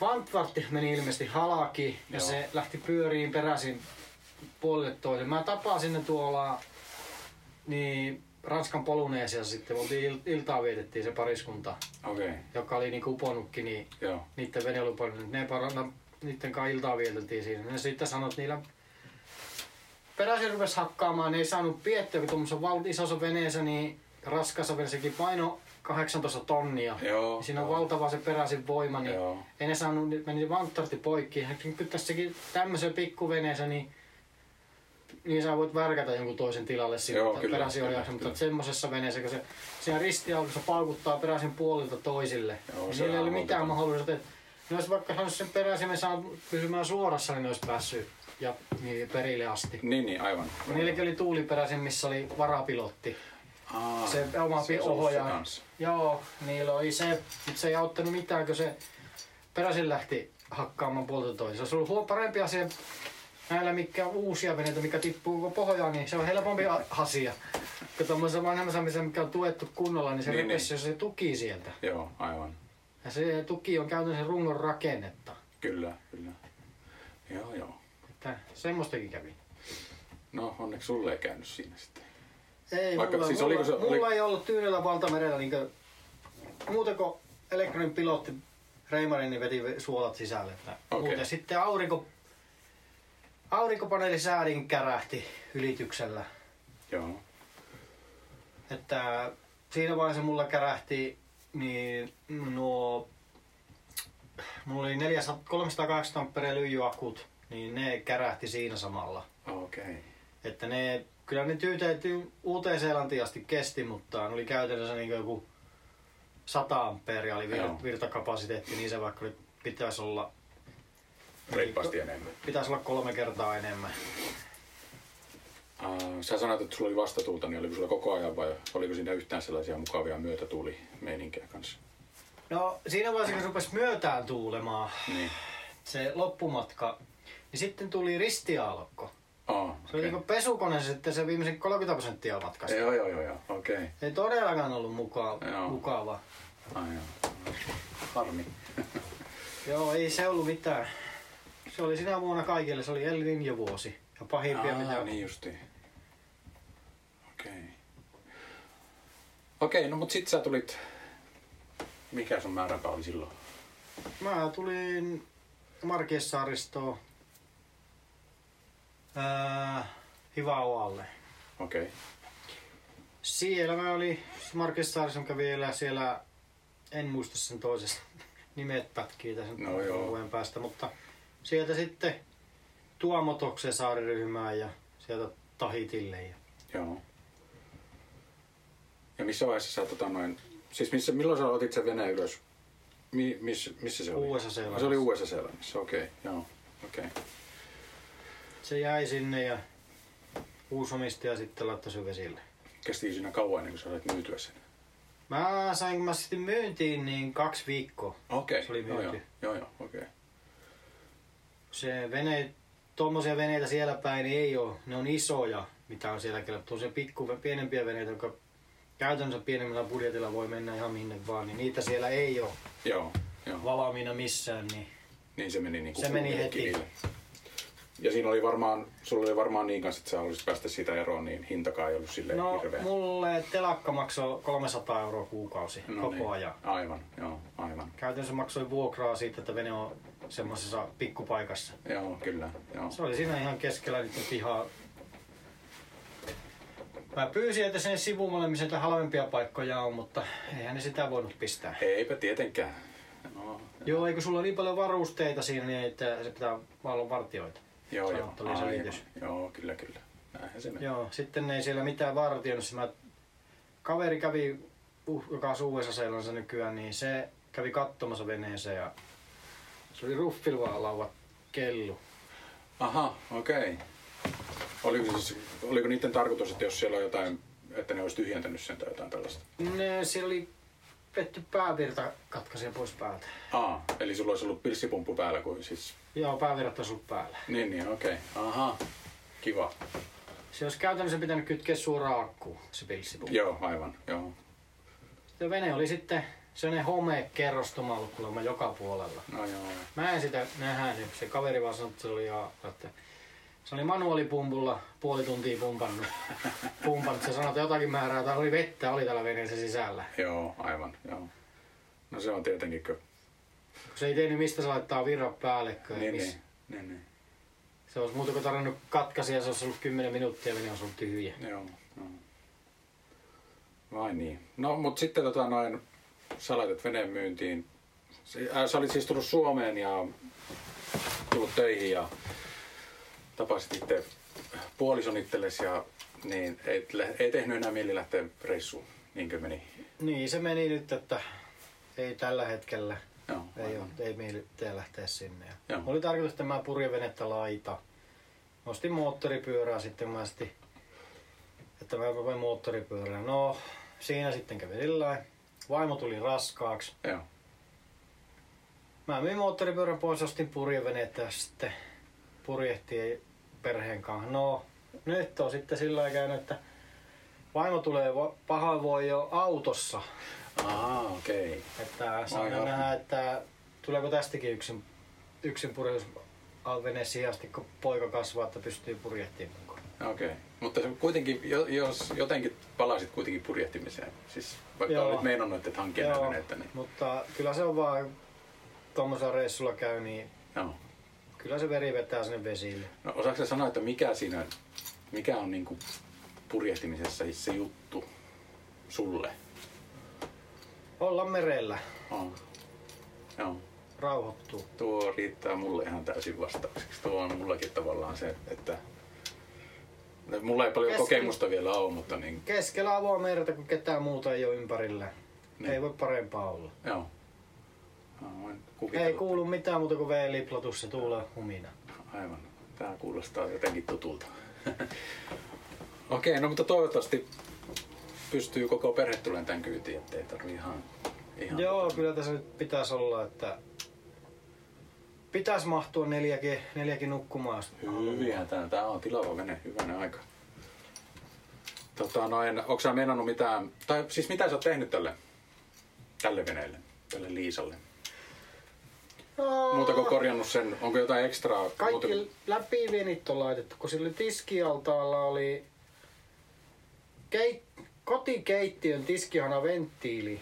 Speaker 2: Vantvartti meni ilmeisesti halaki ja
Speaker 1: Joo.
Speaker 2: se lähti pyöriin peräisin puolelle toiseen. Mä tapasin ne tuolla niin Ranskan Poluneesiassa sitten, me oltiin il- iltaa vietettiin se pariskunta,
Speaker 1: Okei, okay.
Speaker 2: joka oli niinku uponutkin, niin
Speaker 1: joo.
Speaker 2: niiden venelupainen, niin ne parana, niiden kanssa iltaa vieteltiin siinä. Ja sitten sanot niillä peräsi rupesi hakkaamaan, ne ei saanut piettyä, kun tuommoisessa val- isossa veneessä, niin raskassa veneessäkin paino 18 tonnia.
Speaker 1: Joo.
Speaker 2: Ja Siinä on valtava se peräisin voima, niin
Speaker 1: Joo.
Speaker 2: ei ne saanut, ne meni vanttartti poikki. Ja Kyllä tässäkin tämmöisen pikkuveneessä, niin niin sä voit värkätä jonkun toisen tilalle
Speaker 1: Joo,
Speaker 2: siltä
Speaker 1: kyllä,
Speaker 2: peräisin
Speaker 1: kyllä,
Speaker 2: ohjauksen,
Speaker 1: kyllä.
Speaker 2: mutta semmoisessa veneessä, kun se siinä ristiaukossa paukuttaa peräisin puolilta toisille,
Speaker 1: Joo,
Speaker 2: niin
Speaker 1: se
Speaker 2: niillä ei
Speaker 1: on
Speaker 2: ole mitään
Speaker 1: mahdotonta.
Speaker 2: mahdollisuutta. että Ne olisi vaikka saanut sen peräisin, saa pysymään suorassa, niin ne olisi päässyt ja niin perille asti.
Speaker 1: Niin, niin, aivan.
Speaker 2: Niilläkin oli tuuliperäisin, missä oli varapilotti.
Speaker 1: Aa,
Speaker 2: Se oma
Speaker 1: se
Speaker 2: Ah, siis se
Speaker 1: olisi ollut se
Speaker 2: ohjaaja.
Speaker 1: kanssa.
Speaker 2: Joo, niillä oli se, mutta se ei auttanut mitään, kun se peräisin lähti hakkaamaan puolta toiseen. Se olisi ollut huo- parempi asia näillä mikä on uusia veneitä, mikä tippuu pohjaan, niin se on helpompi a- asia. Kun tuommoisessa vanhemmassa, missä mikä on tuettu kunnolla, niin se
Speaker 1: Niin,
Speaker 2: niin, repesi, jos se tuki sieltä.
Speaker 1: Joo, aivan.
Speaker 2: Ja se tuki on käytännössä rungon rakennetta.
Speaker 1: Kyllä, kyllä. Joo, joo.
Speaker 2: Että semmoistakin kävi.
Speaker 1: No, onneksi sulle ei käynyt siinä sitten.
Speaker 2: Ei,
Speaker 1: Vaikka-
Speaker 2: mulla,
Speaker 1: siis
Speaker 2: mulla,
Speaker 1: oliko se-
Speaker 2: mulla
Speaker 1: oliko-
Speaker 2: ei ollut Tyynellä valtamerellä niinkö, muuta kuin elektroninen pilotti Reimarin niin veti ve- suolat sisälle. Että
Speaker 1: Okei.
Speaker 2: muuten. Sitten aurinko, aurinkopaneeli säädin kärähti ylityksellä.
Speaker 1: Joo.
Speaker 2: Että siinä vaiheessa mulla kärähti niin nuo, mulla oli 400, 380 ampereja lyijyakut, niin ne kärähti siinä samalla.
Speaker 1: Okei. Okay.
Speaker 2: Että ne, kyllä ne tyyteytyi uuteen Seelantiin asti kesti, mutta ne oli käytännössä niin joku 100 ampeeria oli
Speaker 1: Joo.
Speaker 2: vir- virtakapasiteetti, niin se vaikka oli, pitäisi olla,
Speaker 1: Reippaasti enemmän.
Speaker 2: pitäisi olla kolme kertaa enemmän.
Speaker 1: Uh, sä sanoit, että sulla oli vastatuulta, niin oliko sulla koko ajan vai oliko siinä yhtään sellaisia mukavia myötätuulimeininkiä kanssa?
Speaker 2: No siinä vaiheessa, kun rupesi myötään tuulemaan
Speaker 1: Niin.
Speaker 2: se loppumatka, niin sitten tuli ristiaalokko.
Speaker 1: Aa,
Speaker 2: Se oli
Speaker 1: okei.
Speaker 2: niin kuin pesukone sitten se viimeisen 30 prosenttia matkasta.
Speaker 1: Joo, joo, joo, joo. Okei. Okay.
Speaker 2: Ei todellakaan ollut muka-
Speaker 1: Joo.
Speaker 2: mukava.
Speaker 1: Ai joo. Harmi.
Speaker 2: Joo, ei se ollut mitään. Se oli sinä vuonna kaikille, se oli El Niño vuosi. Ja pahimpia mitä
Speaker 1: Aa,
Speaker 2: on.
Speaker 1: niin justiin. Okei. Okei, no mut sit sä tulit... Mikä sun määräpäivä oli silloin?
Speaker 2: Mä tulin Markiessaaristoon Hivaoalle.
Speaker 1: Okei.
Speaker 2: Siellä mä olin, Markiessaariston kävi elää siellä, en muista sen toisesta nimet pätkii tässä
Speaker 1: No joo.
Speaker 2: vuoden päästä, mutta sieltä sitten Tuomotokseen saariryhmään ja sieltä Tahitille. Ja
Speaker 1: Joo. Ja missä vaiheessa sä tota noin... Siis missä, milloin sä otit sen veneen ylös? Mi, miss, missä se oli?
Speaker 2: Uudessa-Seelannissa.
Speaker 1: Ah, Se oli Uudessa-Seelannissa, okei. Joo, okei.
Speaker 2: se jäi sinne ja uusi omistaja sitten laittoi sen vesille.
Speaker 1: Kestikö siinä kauan ennen kuin sä sait myytyä sen?
Speaker 2: Mä sain, kun mä sitten myyntiin, niin kaksi viikkoa.
Speaker 1: Okei.
Speaker 2: Se oli
Speaker 1: joo, joo,
Speaker 2: myyty.
Speaker 1: joo, joo, okei.
Speaker 2: Se vene, tuommoisia veneitä siellä päin ei ole. Ne on isoja, mitä on siellä kyllä. Tuollaisia pikku, pienempiä veneitä, jotka käytännössä pienemmällä budjetilla voi mennä ihan minne vaan, niin niitä siellä ei ole
Speaker 1: Joo, joo.
Speaker 2: valmiina missään. Niin.
Speaker 1: Niin se meni niinku
Speaker 2: Se meni
Speaker 1: kuumille
Speaker 2: heti.
Speaker 1: kiville. Ja siinä oli varmaan, sulla oli varmaan niin kanssa, että sä haluaisit päästä siitä eroon, niin hintakaan ei ollut silleen
Speaker 2: No,
Speaker 1: hirveä.
Speaker 2: mulle telakka maksoi 300 euroa kuukausi no, koko niin. ajan.
Speaker 1: Aivan, joo, aivan.
Speaker 2: Käytännössä maksoi vuokraa siitä, että vene on semmoisessa pikkupaikassa.
Speaker 1: Joo, kyllä, joo.
Speaker 2: Se oli siinä ihan keskellä niiden pihaa. Mä pyysin, että sen sivumalle, missä niitä halvempia paikkoja on, mutta eihän ne sitä voinut pistää.
Speaker 1: Eipä tietenkään. No,
Speaker 2: Joo, eikö sulla niin paljon varusteita siinä, niin että se pitää vaan olla vartioita.
Speaker 1: joo, joo.
Speaker 2: Sanottu lisäliitys.
Speaker 1: joo, kyllä, kyllä. Näinhän se menee.
Speaker 2: Joo, sitten ei siellä mitään vartioinut. Siis Mä... Kaveri kävi, uh, joka asuu USA nykyään, niin se kävi katsomassa veneeseen ja se oli ruffilvaan lauva kellu.
Speaker 1: Aha, okei. Oliko, siis, oliko niiden tarkoitus, että jos siellä on jotain, että ne olisi tyhjentänyt sen tai jotain tällaista?
Speaker 2: Ne, siellä oli petty päävirta katkaisee pois päältä.
Speaker 1: Aa, eli sulla olisi ollut pilssipumppu päällä, kun siis...
Speaker 2: Joo, päävirrat on ollut päällä.
Speaker 1: Niin, niin, okei. Aha, kiva.
Speaker 2: Se olisi käytännössä pitänyt kytkeä suoraan akkuun, se pilssipu.
Speaker 1: Joo, aivan, joo.
Speaker 2: Se vene oli sitten sellainen home kerrostoma kuulemma joka puolella.
Speaker 1: No joo,
Speaker 2: Mä en sitä nähnyt. Se kaveri vaan sanoi, että se oli, ihan- että se oli manuaalipumpulla puoli tuntia pumpannut. pumpannut. Se sanoi, että jotakin määrää. Täällä oli vettä, oli täällä veneessä sisällä.
Speaker 1: joo, aivan, joo. No se on tietenkin, kun...
Speaker 2: Kun se ei tiennyt, mistä se laittaa virran päällekköön.
Speaker 1: Niin,
Speaker 2: miss-
Speaker 1: niin, niin, niin.
Speaker 2: Se olisi muuta kuin tarvinnut katkaisia, se olisi ollut 10 minuuttia ja vene olisi ollut tyhjä.
Speaker 1: niin, Joo, joo. Vai niin. No, mutta sitten tota noin, sä laitat veneen myyntiin. Si- Äh, sä olit siis tullut Suomeen ja tullut töihin ja tapasit itse puolison itsellesi ja niin ei, ei tehnyt enää mieli lähteä reissuun. Niinkö meni?
Speaker 2: Niin se meni nyt, että ei tällä hetkellä.
Speaker 1: Joo,
Speaker 2: Ei, ole,
Speaker 1: aivan.
Speaker 2: ei mieli tee lähteä sinne. Ja
Speaker 1: Joo.
Speaker 2: Oli tarkoitus, että mä purjevenettä laita. Mä ostin moottoripyörää sitten mä asti, että mä rupean moottoripyörään. No, siinä sitten kävi sillä lailla. Vaimo tuli raskaaksi.
Speaker 1: Joo,
Speaker 2: Mä myin moottoripyörän pois, ostin purjevenettä ja sitten purjehtiin perheen kanssa. No, nyt on sitten sillä lailla käynyt, että vaimo tulee va- pahoinvoin jo autossa.
Speaker 1: Aa, okei. Okay.
Speaker 2: Että saa
Speaker 1: Ai joo.
Speaker 2: nähdä, että tuleeko tästäkin yksin, yksin purjehdus alveneen sijasti, kun poika kasvaa, että pystyy purjehtimaan. mukaan.
Speaker 1: Okei, okay. mutta se kuitenkin, jo- jos jotenkin palasit kuitenkin purjehtimiseen, siis vaikka
Speaker 2: Joo.
Speaker 1: olit meinannut, että hankkia näitä veneitä, niin
Speaker 2: mutta kyllä se on vaan, tuommoisella reissulla käy, niin
Speaker 1: joo.
Speaker 2: kyllä se veri vetää sinne vesille.
Speaker 1: No osaatko sä sanoa, että mikä siinä, mikä on niinku purjehtimisessa se juttu sulle?
Speaker 2: Olla merellä,
Speaker 1: Oh. Joo.
Speaker 2: rauhoittuu.
Speaker 1: Tuo riittää mulle ihan täysin vastaukseksi. Tuo on mullakin tavallaan se, että no, mulla ei paljon
Speaker 2: Keski-
Speaker 1: kokemusta vielä ole, mutta niin,
Speaker 2: Keskellä avoa merta, kun ketään muuta ei ole ympärillä.
Speaker 1: Niin.
Speaker 2: Niin. Ei voi parempaa olla.
Speaker 1: joo. No, voin kuvitella.
Speaker 2: Ei kuulu mitään muuta kuin veen liplatus ja tuulee humina.
Speaker 1: Aivan. Tämä kuulostaa jotenkin tutulta. Okei, no mutta toivottavasti pystyy koko perhe tulemaan tämän kyytiin, ettei tarvi ihan... ihan
Speaker 2: Joo,
Speaker 1: tota-
Speaker 2: kyllä tässä nyt pitäisi olla, että pitäisi mahtua neljäkin, neljäkin nukkumaan.
Speaker 1: Hyviä tää, tää on tilava vene, hyvänä aika. Tota, no en, onko sä meinannut mitään, tai siis mitä sä oot tehnyt tälle, tälle veneelle, tälle Liisalle? Muuta kuin korjannut sen, onko jotain ekstraa?
Speaker 2: Kaikki
Speaker 1: muuta-
Speaker 2: läpivenit on laitettu, kun sillä tiskialtaalla oli keit, kotikeittiön tiskihana venttiili.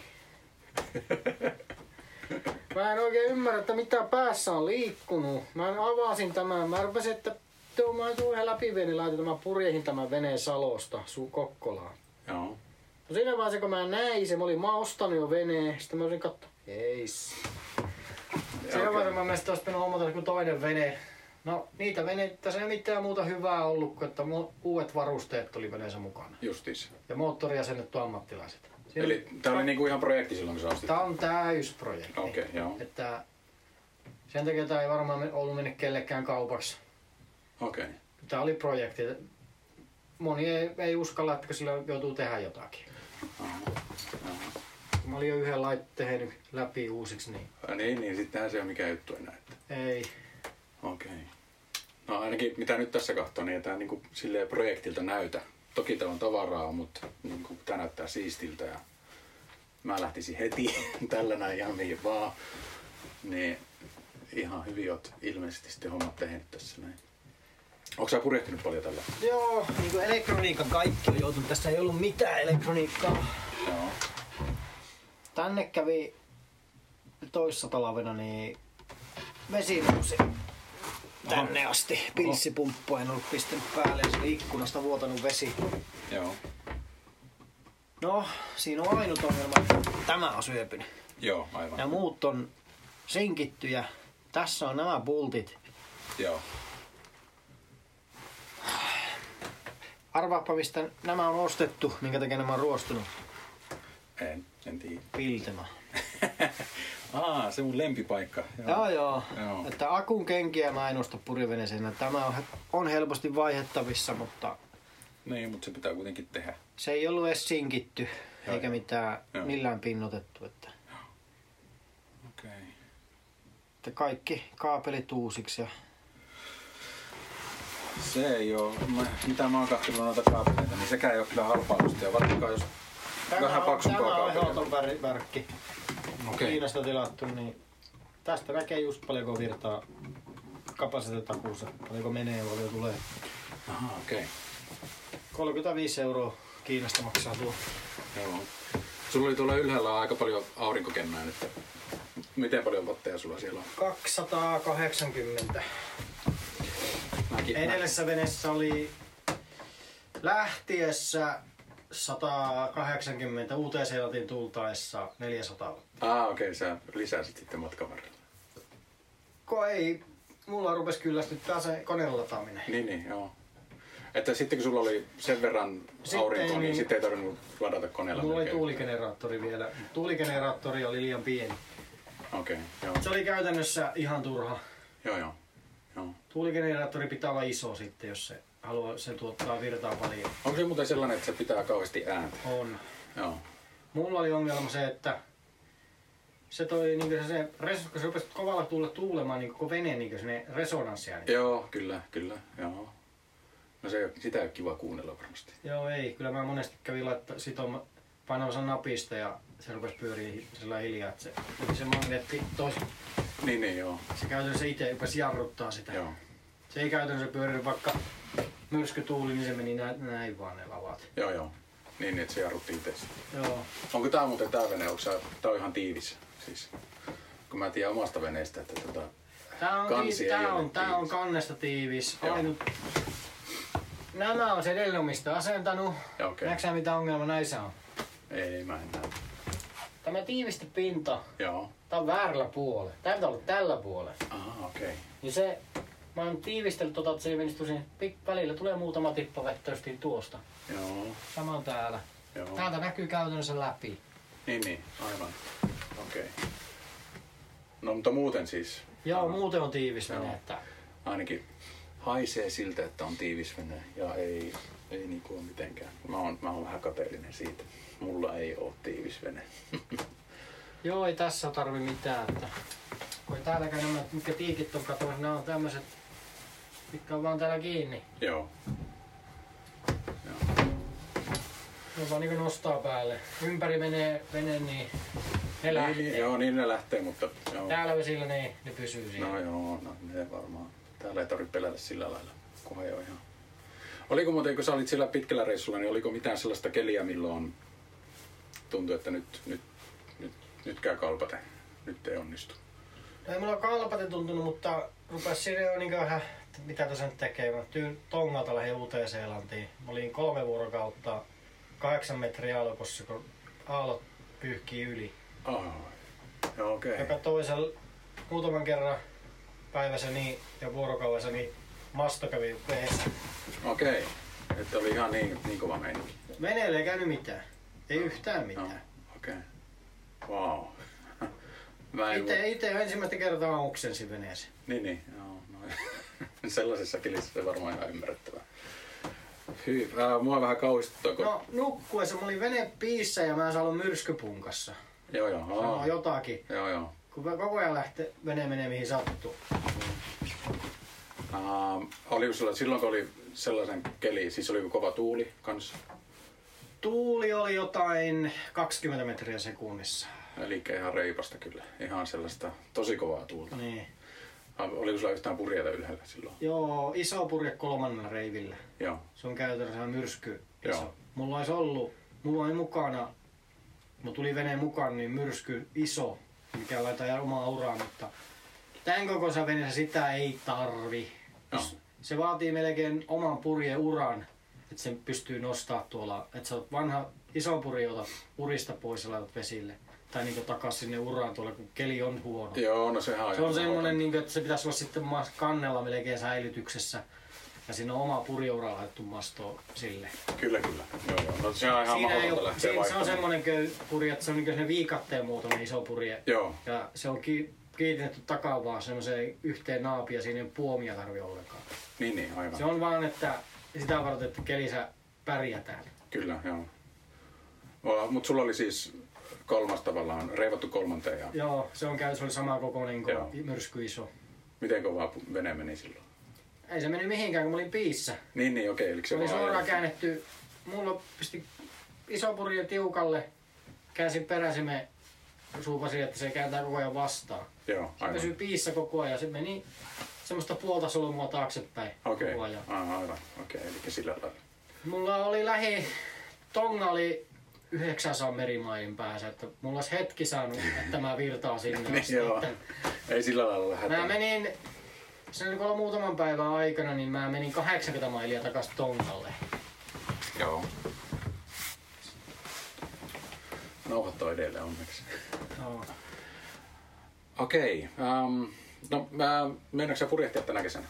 Speaker 2: Mä en oikein ymmärrä, että mitä päässä on liikkunut. Mä en avasin tämän. Mä arvasin, että tuo mä tuun yhden läpiveni laitan. Mä purjehin tämän veneen Salosta suu Kokkolaan.
Speaker 1: Joo.
Speaker 2: No siinä vaiheessa, kun mä näin sen, mä olin mä ostanut jo veneen, sitten mä olin katto, eis. Siinä
Speaker 1: Okei.
Speaker 2: vaiheessa mä mielestä olisi pitänyt hommata joku toinen vene. No niitä veneitä, se ei mitään muuta hyvää ollut, kuin että mu- uudet varusteet tuli veneessä mukana.
Speaker 1: Justiis.
Speaker 2: Ja moottoriasennettu ammattilaiset. Siinä
Speaker 1: Eli tää oli niinku ihan projekti silloin, kun sä ostit.
Speaker 2: Tämä on täysprojekti.
Speaker 1: Okei, joo.
Speaker 2: Että sen takia tämä ei varmaan men- ollut mennyt kellekään kaupaksi.
Speaker 1: Okei.
Speaker 2: Tämä oli projekti. Moni ei, ei uskalla, että kun sillä joutuu tehdä jotakin. Mä olin jo yhden laitteen tehnyt läpi uusiksi, niin
Speaker 1: Okay. Niin, niin sittenhän se ei ole mikään juttu enää. Että.
Speaker 2: ei.
Speaker 1: Okei. No ainakin mitä nyt tässä katsoo, niin ei tämä niinku silleen projektilta näytä. Toki tämä on tavaraa, mutta niinku tämä näyttää siistiltä ja mä lähtisin heti tällä näin ihan mihin vaan. Niin ihan hyvin oot ilmeisesti sitten hommat tehnyt tässä näin. Onko sä purjehtinut paljon tällä?
Speaker 2: Joo, niin kuin elektroniikan kaikki on joutunut. Tässä ei ollut mitään elektroniikkaa.
Speaker 1: Joo.
Speaker 2: Tänne kävi toissa talvena niin vesivuosi tänne asti. Pilssipumppu en ollut pistänyt päälle ja se oli ikkunasta vuotanut vesi.
Speaker 1: Joo.
Speaker 2: No, siinä on ainut ongelma, että tämä on syöpynyt.
Speaker 1: Joo, aivan.
Speaker 2: Ja muut on sinkittyjä. Tässä on nämä pultit.
Speaker 1: Joo.
Speaker 2: Arvaappa mistä nämä on ostettu, minkä takia nämä on ruostunut.
Speaker 1: En, en tiedä.
Speaker 2: Piltema.
Speaker 1: Aa, se mun lempipaikka.
Speaker 2: Joo, joo.
Speaker 1: Joo.
Speaker 2: Että akun kenkiä mä en osta puriveneseenä. Tämä on, on helposti vaihettavissa, mutta
Speaker 1: Niin, mutta se pitää kuitenkin tehdä.
Speaker 2: se ei ollut edes sinkitty,
Speaker 1: Joo,
Speaker 2: eikä
Speaker 1: joo.
Speaker 2: mitään
Speaker 1: Joo.
Speaker 2: millään pinnotettu. Että,
Speaker 1: Okei. Okay.
Speaker 2: että kaikki kaapelit uusiksi. Ja...
Speaker 1: Se ei oo, mä, mitä mä oon katsellut noita kaapeleita, niin sekään ei oo kyllä halpailusta. Ja varsinkaan jos vähän paksumpaa
Speaker 2: Tämä on
Speaker 1: kaapelia.
Speaker 2: ehdoton vär- värkki.
Speaker 1: Okei.
Speaker 2: Kiinasta tilattu, niin tästä näkee just paljonko virtaa kapasiteettakuussa. Paljonko menee, paljon tulee.
Speaker 1: Aha, okei.
Speaker 2: 35 euroa Kiinasta maksaa tuo.
Speaker 1: Joo. Sulla oli tuolla ylhäällä aika paljon aurinkokennää nyt. Miten paljon vatteja sulla siellä on?
Speaker 2: 280.
Speaker 1: Mäkin,
Speaker 2: Edellisessä veneessä oli lähtiessä 180, uuteen seelantiin tultaessa 400.
Speaker 1: Mä... Ah, okei, sä lisäsit sitten matkan varrella.
Speaker 2: Ko ei, mulla rupes kyllästyttää se koneen lataaminen.
Speaker 1: Niin, niin, joo. Että sitten kun sulla oli sen verran
Speaker 2: Sitten
Speaker 1: aurinkoa,
Speaker 2: ei
Speaker 1: niin,
Speaker 2: niin-
Speaker 1: sitten ei tarvinnut ladata koneella.
Speaker 2: Mulla oli
Speaker 1: melkein.
Speaker 2: tuuligeneraattori vielä. Tuuligeneraattori oli liian pieni.
Speaker 1: Okei, joo.
Speaker 2: Se oli käytännössä ihan turha.
Speaker 1: Joo, joo. joo.
Speaker 2: Tuuligeneraattori pitää olla iso sitten, jos se haluaa, se tuottaa virtaa paljon.
Speaker 1: Onko se muuten sellainen, että se pitää kauheasti ääntä?
Speaker 2: On.
Speaker 1: Joo.
Speaker 2: Mulla oli ongelma se, että se toi niin se, se res, kun se rupesi kovalla tuulella tuulemaan, niin koko veneen niin sinne resonanssia. Niin.
Speaker 1: Joo, kyllä, kyllä, joo. No se, sitä ei ole kiva kuunnella varmasti.
Speaker 2: Joo ei, kyllä mä monesti kävin laittaa sitoma painamassa napista ja se rupesi pyöriä hi- sillä hiljaa, että se, niin se magneetti tois,
Speaker 1: Niin, niin, joo.
Speaker 2: se käytännössä itse rupesi jarruttaa sitä.
Speaker 1: Joo,
Speaker 2: Se ei käytännössä pyörinyt vaikka myrskytuuli, niin se meni näin, näin vaan ne lavat.
Speaker 1: joo, joo. Niin, niin, että se jarrutti itse.
Speaker 2: Joo.
Speaker 1: Onko tää muuten tää vene, onko sä, tää on ihan tiivis? Siis, kun mä tiedän omasta veneestä, että tota...
Speaker 2: Tää on,
Speaker 1: Kansi
Speaker 2: tiivis,
Speaker 1: ei
Speaker 2: tää
Speaker 1: ole
Speaker 2: on, tää on
Speaker 1: tiivis.
Speaker 2: kannesta tiivis.
Speaker 1: Joo.
Speaker 2: Ainut. Nämä on se edellinen omista asentanut.
Speaker 1: Joo, okei.
Speaker 2: Näetkö sä, mitä ongelma näissä on?
Speaker 1: Ei, mä en näe.
Speaker 2: Tämä tiivisti pinta,
Speaker 1: Joo.
Speaker 2: tää on väärällä puolella. Tää pitää olla tällä puolella.
Speaker 1: Aha, okei.
Speaker 2: Niin se, mä oon tiivistellyt tota, että se ei menisi tosin. pik- Välillä tulee muutama tippa vettä justiin tuosta.
Speaker 1: Joo,
Speaker 2: Sama on täällä.
Speaker 1: joo.
Speaker 2: Täältä näkyy käytännössä läpi.
Speaker 1: Niin, niin, aivan. Okei. No, mutta muuten siis
Speaker 2: Joo, muuten on tiivis
Speaker 1: Joo.
Speaker 2: vene, että
Speaker 1: ainakin haisee siltä, että on tiivis vene ja ei, ei niinku ole mitenkään. Mä oon, mä oon vähän kateellinen siitä. Mulla ei oo tiivis vene.
Speaker 2: Joo, ei tässä tarvi mitään. Että... Kun ei täälläkään nämä, mitkä tiikit on katsomassa, nämä on tämmöiset, mitkä on vaan täällä kiinni.
Speaker 1: Joo. Joo.
Speaker 2: Ne vaan niin nostaa päälle. Ympäri menee, vene, niin ne
Speaker 1: Niin,
Speaker 2: lähtee.
Speaker 1: niin, joo, niin ne lähtee, mutta joo.
Speaker 2: Täällä vesillä ne, ne pysyy siinä.
Speaker 1: No joo, no ne varmaan. Täällä ei tarvitse pelätä sillä lailla, kunhan ei ole ihan. Oliko muuten, kun sä olit sillä pitkällä reissulla, niin oliko mitään sellaista keliä, milloin tuntui, että nyt, nyt, nyt, nyt käy kalpate, nyt ei onnistu?
Speaker 2: No ei mulla kalpate tuntunut, mutta rupes siinä jo niin vähän, että mitä tässä nyt tekee. Mä tyyn tongalta lähdin uuteen Seelantiin. Mä olin kolme vuorokautta kahdeksan metriä alkossa, kun aallot pyyhkii yli.
Speaker 1: Oh, joo, okei.
Speaker 2: joka toisen muutaman kerran päivässä niin, ja vuorokaudessa niin masto kävi veessä.
Speaker 1: Okei. Että oli ihan niin, niin kova meininki.
Speaker 2: Veneelle ei käynyt mitään. Ei yhtään
Speaker 1: No,
Speaker 2: mitään.
Speaker 1: okei. Wow. Mä en
Speaker 2: Itse,
Speaker 1: voi-
Speaker 2: itse ensimmäistä kertaa auksensi veneeseen.
Speaker 1: Niin, niin. Joo, no. Sellaisessa kelissä se varmaan ihan ymmärrettävää. Hyy, äh, mua vähän kauhistuttaa, kun...
Speaker 2: No nukkuessa mä olin venepiissä ja mä en saanut myrskypunkassa.
Speaker 1: Joo, joo.
Speaker 2: Sanoa
Speaker 1: aa.
Speaker 2: jotakin.
Speaker 1: Joo, joo.
Speaker 2: Kun koko ajan lähtee vene menee mihin sattuu.
Speaker 1: Uh, oli sulla, silloin kun oli sellaisen keli, siis oli kova tuuli kanssa,
Speaker 2: Tuuli oli jotain 20 metriä sekunnissa.
Speaker 1: eli ihan reipasta kyllä, ihan sellaista tosi kovaa tuulta.
Speaker 2: Niin.
Speaker 1: Vai oliko sulla yhtään purjeita ylhäällä silloin?
Speaker 2: Joo, iso purje kolmannella reivillä.
Speaker 1: Joo.
Speaker 2: Se on käytännössä myrsky.
Speaker 1: Joo.
Speaker 2: Iso. Mulla olisi ollut, mulla oli mukana, mulla tuli veneen mukaan, niin myrsky iso, mikä laittaa ihan omaa uraa, mutta tämän kokoisessa veneessä sitä ei tarvi.
Speaker 1: Joo.
Speaker 2: Se vaatii melkein oman purjeuran, että sen pystyy nostaa tuolla, että sä oot vanha iso purje, ota urista pois ja laitat vesille. Tai niinku takas sinne uraan tuolla, kun keli on huono.
Speaker 1: Joo, no sehän on
Speaker 2: Se on
Speaker 1: ihan
Speaker 2: semmoinen,
Speaker 1: mahdoton.
Speaker 2: niin että se pitäisi olla sitten mas- kannella melkein säilytyksessä. Ja siinä on oma purjeura laitettu masto sille.
Speaker 1: Kyllä, kyllä. Joo, joo. No sehän on ihan
Speaker 2: Siinä ei
Speaker 1: mahdotonta
Speaker 2: ole,
Speaker 1: lähteä
Speaker 2: siinä, se on
Speaker 1: vaihtamaan.
Speaker 2: semmoinen köy, purje, että se on niin se viikatteen muotoinen iso purje.
Speaker 1: Joo,
Speaker 2: Ja se on ki- kiinnitetty takaa vaan semmoiseen yhteen naapiin ja siinä ei ole puomia tarvi ollenkaan.
Speaker 1: niin, niin, aivan.
Speaker 2: Se on vaan, että sitä varten, että kelissä pärjätään.
Speaker 1: Kyllä, joo. Mutta sulla oli siis kolmas tavallaan, reivattu kolmanteen ja
Speaker 2: Joo, se on käy, se oli sama kokoinen kuin
Speaker 1: Joo.
Speaker 2: myrsky iso.
Speaker 1: miten kovaa pu- vene meni silloin?
Speaker 2: Ei se mennyt mihinkään, kun mä olin piissä.
Speaker 1: Niin, niin, okei, eli
Speaker 2: Se
Speaker 1: se
Speaker 2: oli
Speaker 1: vaan
Speaker 2: suoraan
Speaker 1: ajettiin.
Speaker 2: käännetty, mulla pisti iso purje tiukalle, käänsin peräsimen suupasin, että se kääntää koko ajan vastaan.
Speaker 1: Joo,
Speaker 2: Se
Speaker 1: aivan.
Speaker 2: pysyy piissä koko ajan, se meni semmoista puolta solmua taaksepäin
Speaker 1: Okei,
Speaker 2: koko
Speaker 1: okay.
Speaker 2: ajan.
Speaker 1: aivan, okei, eli sillä lailla.
Speaker 2: Mulla oli lähi, tonga oli 900 merimailin päässä, että mulla olisi hetki saanut, että mä virtaa sinne
Speaker 1: Niin,
Speaker 2: asti.
Speaker 1: joo,
Speaker 2: että
Speaker 1: ei sillä lailla lähdetä.
Speaker 2: Mä menin, se oli olla muutaman päivän aikana, niin mä menin 80 mailia takaisin tongalle.
Speaker 1: Joo. Nauhat on edelleen onneksi.
Speaker 2: Joo.
Speaker 1: Okei, um, no mä, mennäänkö sä purjehtia tänä kesänä?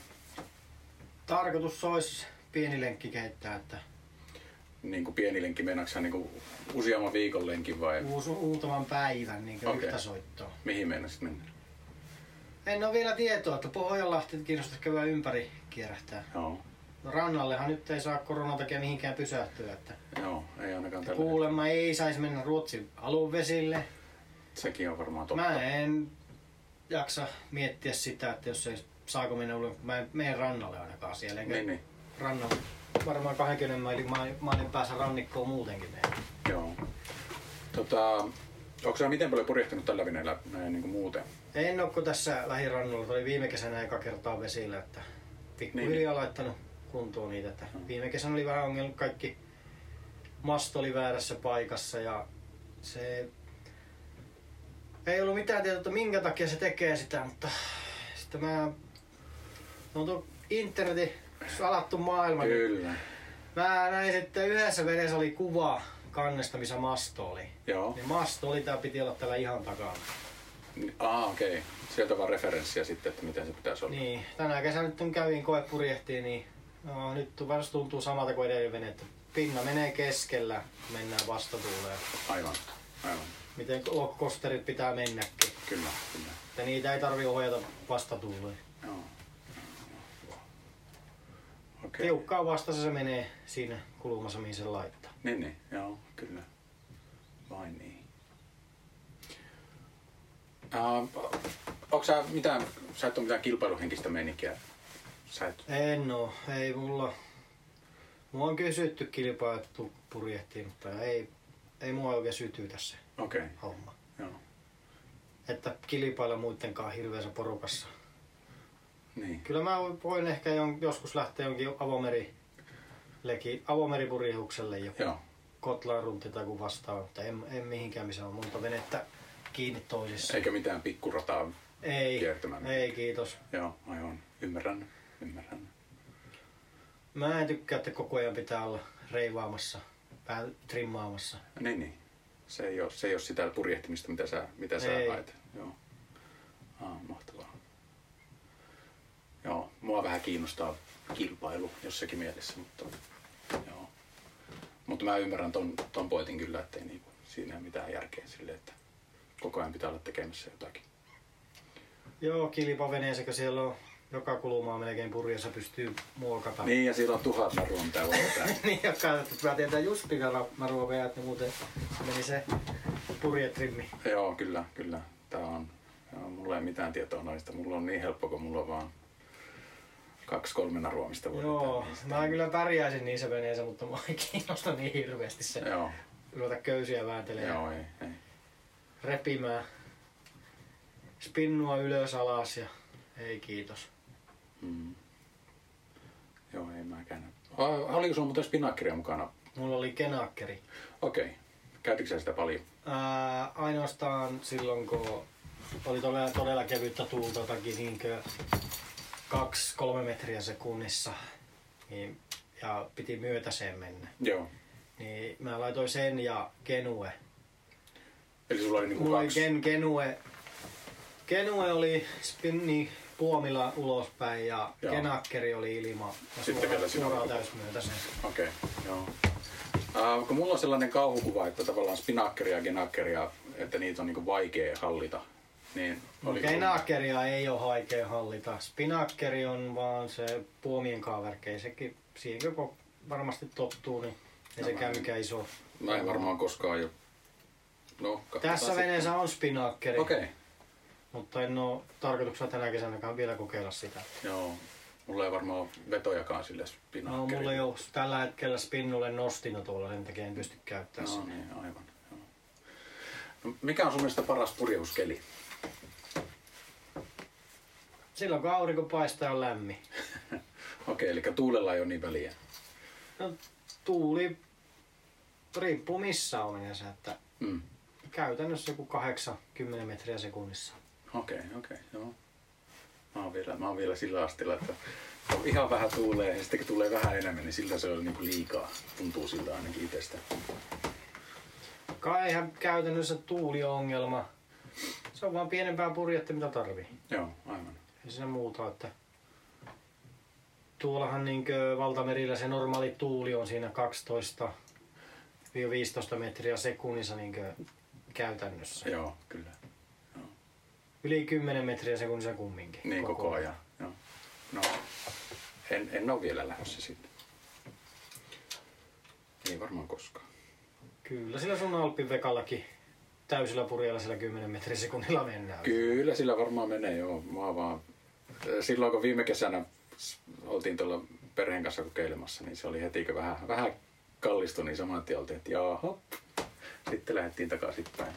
Speaker 2: Tarkoitus olisi pieni lenkki keittää, että
Speaker 1: Niin kuin pieni lenkki, mennäänkö sä niin kuin useamman viikon lenkin vai
Speaker 2: uus, muutaman päivän niin
Speaker 1: Okei.
Speaker 2: okay. yhtä soittoa.
Speaker 1: mihin meinasit mennä?
Speaker 2: En ole vielä tietoa, että Pohjanlahti kiinnostaisi käydä ympäri kierähtää.
Speaker 1: Joo,
Speaker 2: No, rannallehan nyt ei saa koronan takia mihinkään pysähtyä. Että
Speaker 1: joo, ei ainakaan tällä.
Speaker 2: kuulemma ei saisi mennä Ruotsin aluvesille.
Speaker 1: Sekin on varmaan totta.
Speaker 2: Mä en jaksa miettiä sitä, että jos ei saako mennä ulos. Mä en mene rannalle ainakaan siellä. Enkä
Speaker 1: Niin, niin.
Speaker 2: rannalle. Varmaan 20 mailin, ma- mailin päässä rannikkoon muutenkin mene.
Speaker 1: Joo. Tota, onko sä miten paljon purjehtinut tällä veneellä näin niin kuin muuten?
Speaker 2: En ole kun tässä lähirannalla, tuli viime kesänä eka kertaa vesillä, että pikkuhiljaa laittanut kuntoon niitä. Että viime kesänä oli vähän ongelma, kaikki masto oli väärässä paikassa ja se ei ollut mitään tietoa, että minkä takia se tekee sitä, mutta sitten mä, no tuon internetin salattu maailma, niin
Speaker 1: Kyllä.
Speaker 2: mä näin sitten yhdessä vedessä oli kuva kannesta, missä masto oli.
Speaker 1: Joo.
Speaker 2: Niin masto oli, tää piti olla täällä ihan takana.
Speaker 1: Ah, okei. Okay. Sieltä vaan referenssiä sitten, että miten se pitäisi olla.
Speaker 2: Niin, tänä kesänä nyt kun kävin koe purjehtiin, niin no, nyt varmasti tuntuu samalta kuin edellinen vene, että pinna menee keskellä, mennään vastatuuleen.
Speaker 1: Aivan. Aivan.
Speaker 2: Miten lokkosterit pitää mennäkin,
Speaker 1: Kyllä. Kyllä.
Speaker 2: että niitä ei tarvi ohjata vastatuuleen.
Speaker 1: Joo. Okei. Okay.
Speaker 2: Tiukkaan vastassa se menee siinä kulmassa, mihin sen laittaa.
Speaker 1: Niin, niin. Joo, kyllä. Vai niin. Uh, onko sä mitään, sä et ole mitään kilpailuhenkistä meininkiä? Sä et,
Speaker 2: En oo, ei mulla. Mua on kysytty kilpaa, että tuu purjehtiin, mutta ei, ei mua oikein sytytä se
Speaker 1: okei. Okay.
Speaker 2: homma.
Speaker 1: Joo.
Speaker 2: Että kilpailla muittenkaan hirveässä porukassa.
Speaker 1: Niin.
Speaker 2: Kyllä mä voin ehkä jon- joskus lähteä jonkin avomeri, leki, avomeripurjehukselle joku
Speaker 1: Joo.
Speaker 2: Kotlaan runti tai joku vastaava, mutta en, en mihinkään missä on monta venettä kiinni toisissa.
Speaker 1: Eikä mitään pikkurataa.
Speaker 2: Ei,
Speaker 1: kiertämään.
Speaker 2: ei kiitos.
Speaker 1: Joo, aivan. Ymmärrän. Ymmärrän.
Speaker 2: Mä en tykkää, että koko ajan pitää olla reivaamassa, vähän trimmaamassa.
Speaker 1: Niin, niin. Se ei ole, se ei ole sitä purjehtimista, mitä sä, mitä sä
Speaker 2: Ei.
Speaker 1: haet. Joo. Ah, mahtavaa. Joo, mua vähän kiinnostaa kilpailu jossakin mielessä, mutta joo. Mutta mä ymmärrän ton, ton pointin kyllä, ettei niinku, siinä ole mitään järkeä sille, että koko ajan pitää olla tekemässä jotakin.
Speaker 2: Joo, kilpaveneessäkö siellä on joka kulmaa melkein purjassa pystyy muokata.
Speaker 1: Niin, ja siellä on tuhat narua, mitä voi vetää.
Speaker 2: niin ja katsotaan, että mä tietää just pitää narua veä, että niin muuten se meni se purjetrimmi.
Speaker 1: Joo, kyllä, kyllä. Tää on, joo, mulla ei mitään tietoa noista. Mulla on niin helppo, kun mulla on vaan kaksi kolme narua, mistä voi
Speaker 2: Joo,
Speaker 1: vetää niistä.
Speaker 2: mä kyllä pärjäisin niissä veneissä, mutta mua ei kiinnosta niin hirveästi se
Speaker 1: Joo,
Speaker 2: ruveta köysiä vääntelemään,
Speaker 1: joo, ei, ei.
Speaker 2: repimään, spinnua ylös alas ja Ei kiitos.
Speaker 1: Mm. Joo, ei mäkään. Ah, Oliko sulla muuten spinakkeria mukana?
Speaker 2: Mulla oli kenakkeri.
Speaker 1: Okei. Okay. Käytitkö sä sitä paljon?
Speaker 2: Ää, ainoastaan silloin, kun oli todella, todella kevyttä tuulta, jotakin niinkö kaksi, kolme metriä sekunnissa, niin, ja piti myötäseen mennä.
Speaker 1: Joo.
Speaker 2: Niin mä laitoin sen ja Genue.
Speaker 1: Eli sulla oli niinku
Speaker 2: Mulla oli
Speaker 1: kaksi.
Speaker 2: gen, Genue. Genue oli spinni puomilla ulospäin ja
Speaker 1: Joo.
Speaker 2: Genakkeri oli ilma. Ja
Speaker 1: Sitten
Speaker 2: suoraan,
Speaker 1: vielä sinä
Speaker 2: suoraan
Speaker 1: olet.
Speaker 2: täysmyötäseen.
Speaker 1: Okei, joo. Äh, kun mulla on sellainen kauhukuva, että tavallaan spinakkeria ja genakkeria, että niitä on niinku vaikea hallita. Niin, oliko sulla-
Speaker 2: Genakkeria ei ole haikea hallita. Spinakkeri on vaan se puomien kaaverke. Sekin siihen kun varmasti tottuu, niin ei
Speaker 1: No
Speaker 2: se
Speaker 1: mä
Speaker 2: käy
Speaker 1: en-
Speaker 2: mikään iso.
Speaker 1: Mä en varmaan koskaan jo. No, katsotaan
Speaker 2: Tässä
Speaker 1: sitten.
Speaker 2: veneessä on spinakkeri,
Speaker 1: Okei,
Speaker 2: mutta en ole tarkoituksena tänä kesänäkään vielä kokeilla sitä.
Speaker 1: joo. Mulla ei varmaan ole vetojakaan sille
Speaker 2: No,
Speaker 1: spinakkerille.
Speaker 2: mulla ei ole tällä hetkellä spinnulle nostina tuolla, sen takia en pysty käyttämään
Speaker 1: No
Speaker 2: no.
Speaker 1: niin, aivan. joo. No, mikä on sun mielestä paras purjehduskeli?
Speaker 2: Silloin kun aurinko paistaa ja on lämmin.
Speaker 1: Okei, eli tuulella ei ole niin väliä.
Speaker 2: No, tuuli riippuu missä on yleensä, että
Speaker 1: Mm.
Speaker 2: käytännössä joku 80 metriä sekunnissa.
Speaker 1: Okei, okei, joo. Mä oon, vielä, mä oon vielä sillä astilla, että kun ihan vähän tuulee ja sitten kun tulee vähän enemmän, niin siltä se on niinku liikaa. Tuntuu siltä ainakin itsestä.
Speaker 2: Kai ihan käytännössä tuuli on ongelma. Se on vaan pienempää purjetta mitä tarvii.
Speaker 1: Joo, aivan.
Speaker 2: Ei se muuta, että tuollahan niin valtamerillä se normaali tuuli on siinä 12-15 metriä sekunnissa niin käytännössä.
Speaker 1: Joo, kyllä.
Speaker 2: Yli 10 metriä sekunnissa kumminkin.
Speaker 1: Niin koko, ajan. Joo. No, en, en ole vielä lähdössä sitten. Ei varmaan koskaan.
Speaker 2: Kyllä sillä sun Alpin vekallakin täysillä purjella sillä 10 metriä sekunnilla mennään.
Speaker 1: Kyllä sillä varmaan menee, joo. Mä vaan... Silloin kun viime kesänä s- oltiin tuolla perheen kanssa kokeilemassa, niin se oli heti kun vähän, vähän kallistui, niin saman tien oltiin, että jaha. Sitten lähdettiin takaisin päin.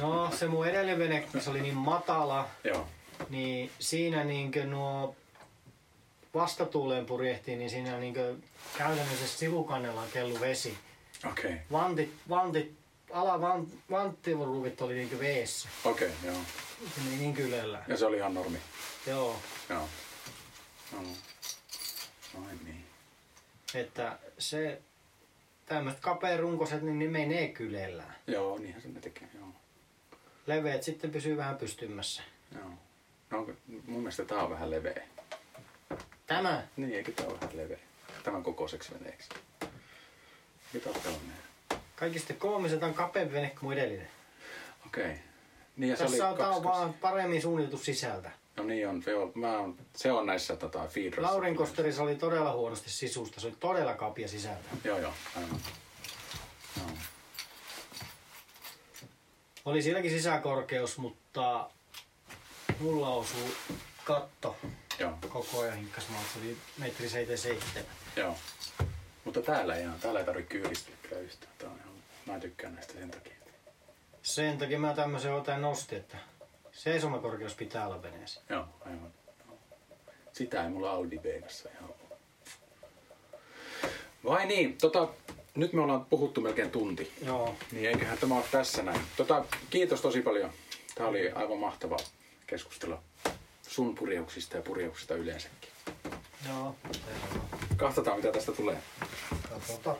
Speaker 2: No se mun edellinen vene, kun se oli niin matala,
Speaker 1: Joo,
Speaker 2: niin siinä niinkö nuo vastatuuleen purjehtii, niin siinä niinkö käytännössä sivukannella on kellu vesi.
Speaker 1: okei. Okay.
Speaker 2: Vantit, vantit, ala van, vanttiruuvit oli niinkö veessä.
Speaker 1: Okei, okay, joo.
Speaker 2: Se meni niin kylellä.
Speaker 1: Ja se oli ihan normi.
Speaker 2: Joo,
Speaker 1: Joo. No. Ai niin.
Speaker 2: että se, tämmöiset kapearunkoiset, niin ne menee kylellä.
Speaker 1: Joo, niinhän se ne tekee, joo.
Speaker 2: Leveät sitten pysyy vähän pystymässä.
Speaker 1: joo. No, mun mielestä tää on vähän leveä.
Speaker 2: Tämä,
Speaker 1: Niin, eikö tää ole vähän leveä? Tämän kokoiseksi veneeksi. Mitä on tällainen?
Speaker 2: kaikista koomiset on kapeampi vene kuin mun edellinen.
Speaker 1: Okei. Niin ja se
Speaker 2: Tässä on,
Speaker 1: oli
Speaker 2: tää
Speaker 1: kaksi,
Speaker 2: on vaan paremmin suunniteltu sisältä.
Speaker 1: No niin on, se on, mä on, se on näissä tota, feedroissa.
Speaker 2: Laurin kosterissa oli todella huonosti sisusta, se oli todella kapia sisältä.
Speaker 1: Joo, joo, aivan. Joo.
Speaker 2: Oli sielläkin sisäkorkeus, mutta mulla osuu katto
Speaker 1: Joo,
Speaker 2: koko ajan hinkkas maat. Se oli metri 77.
Speaker 1: joo. Mutta täällä ei ihan, täällä ei tarvitse kyydistää kyllä yhtään. Tää on ihan, mä tykkään näistä sen takia.
Speaker 2: Sen takia mä tämmöisen otan nosti, että seisomakorkeus pitää olla veneessä.
Speaker 1: Joo, aivan. Joo. Sitä ei mulla Audi Beenassa ihan ole. Vai niin, tota, nyt me ollaan puhuttu melkein tunti.
Speaker 2: Joo,
Speaker 1: Niin eiköhän tämä ole tässä näin. Tota, kiitos tosi paljon. Tämä oli aivan mahtava keskustella sun purjeuksista ja purjeuksista yleensäkin.
Speaker 2: joo.
Speaker 1: Katsotaan mitä tästä tulee.
Speaker 2: Katsotaan.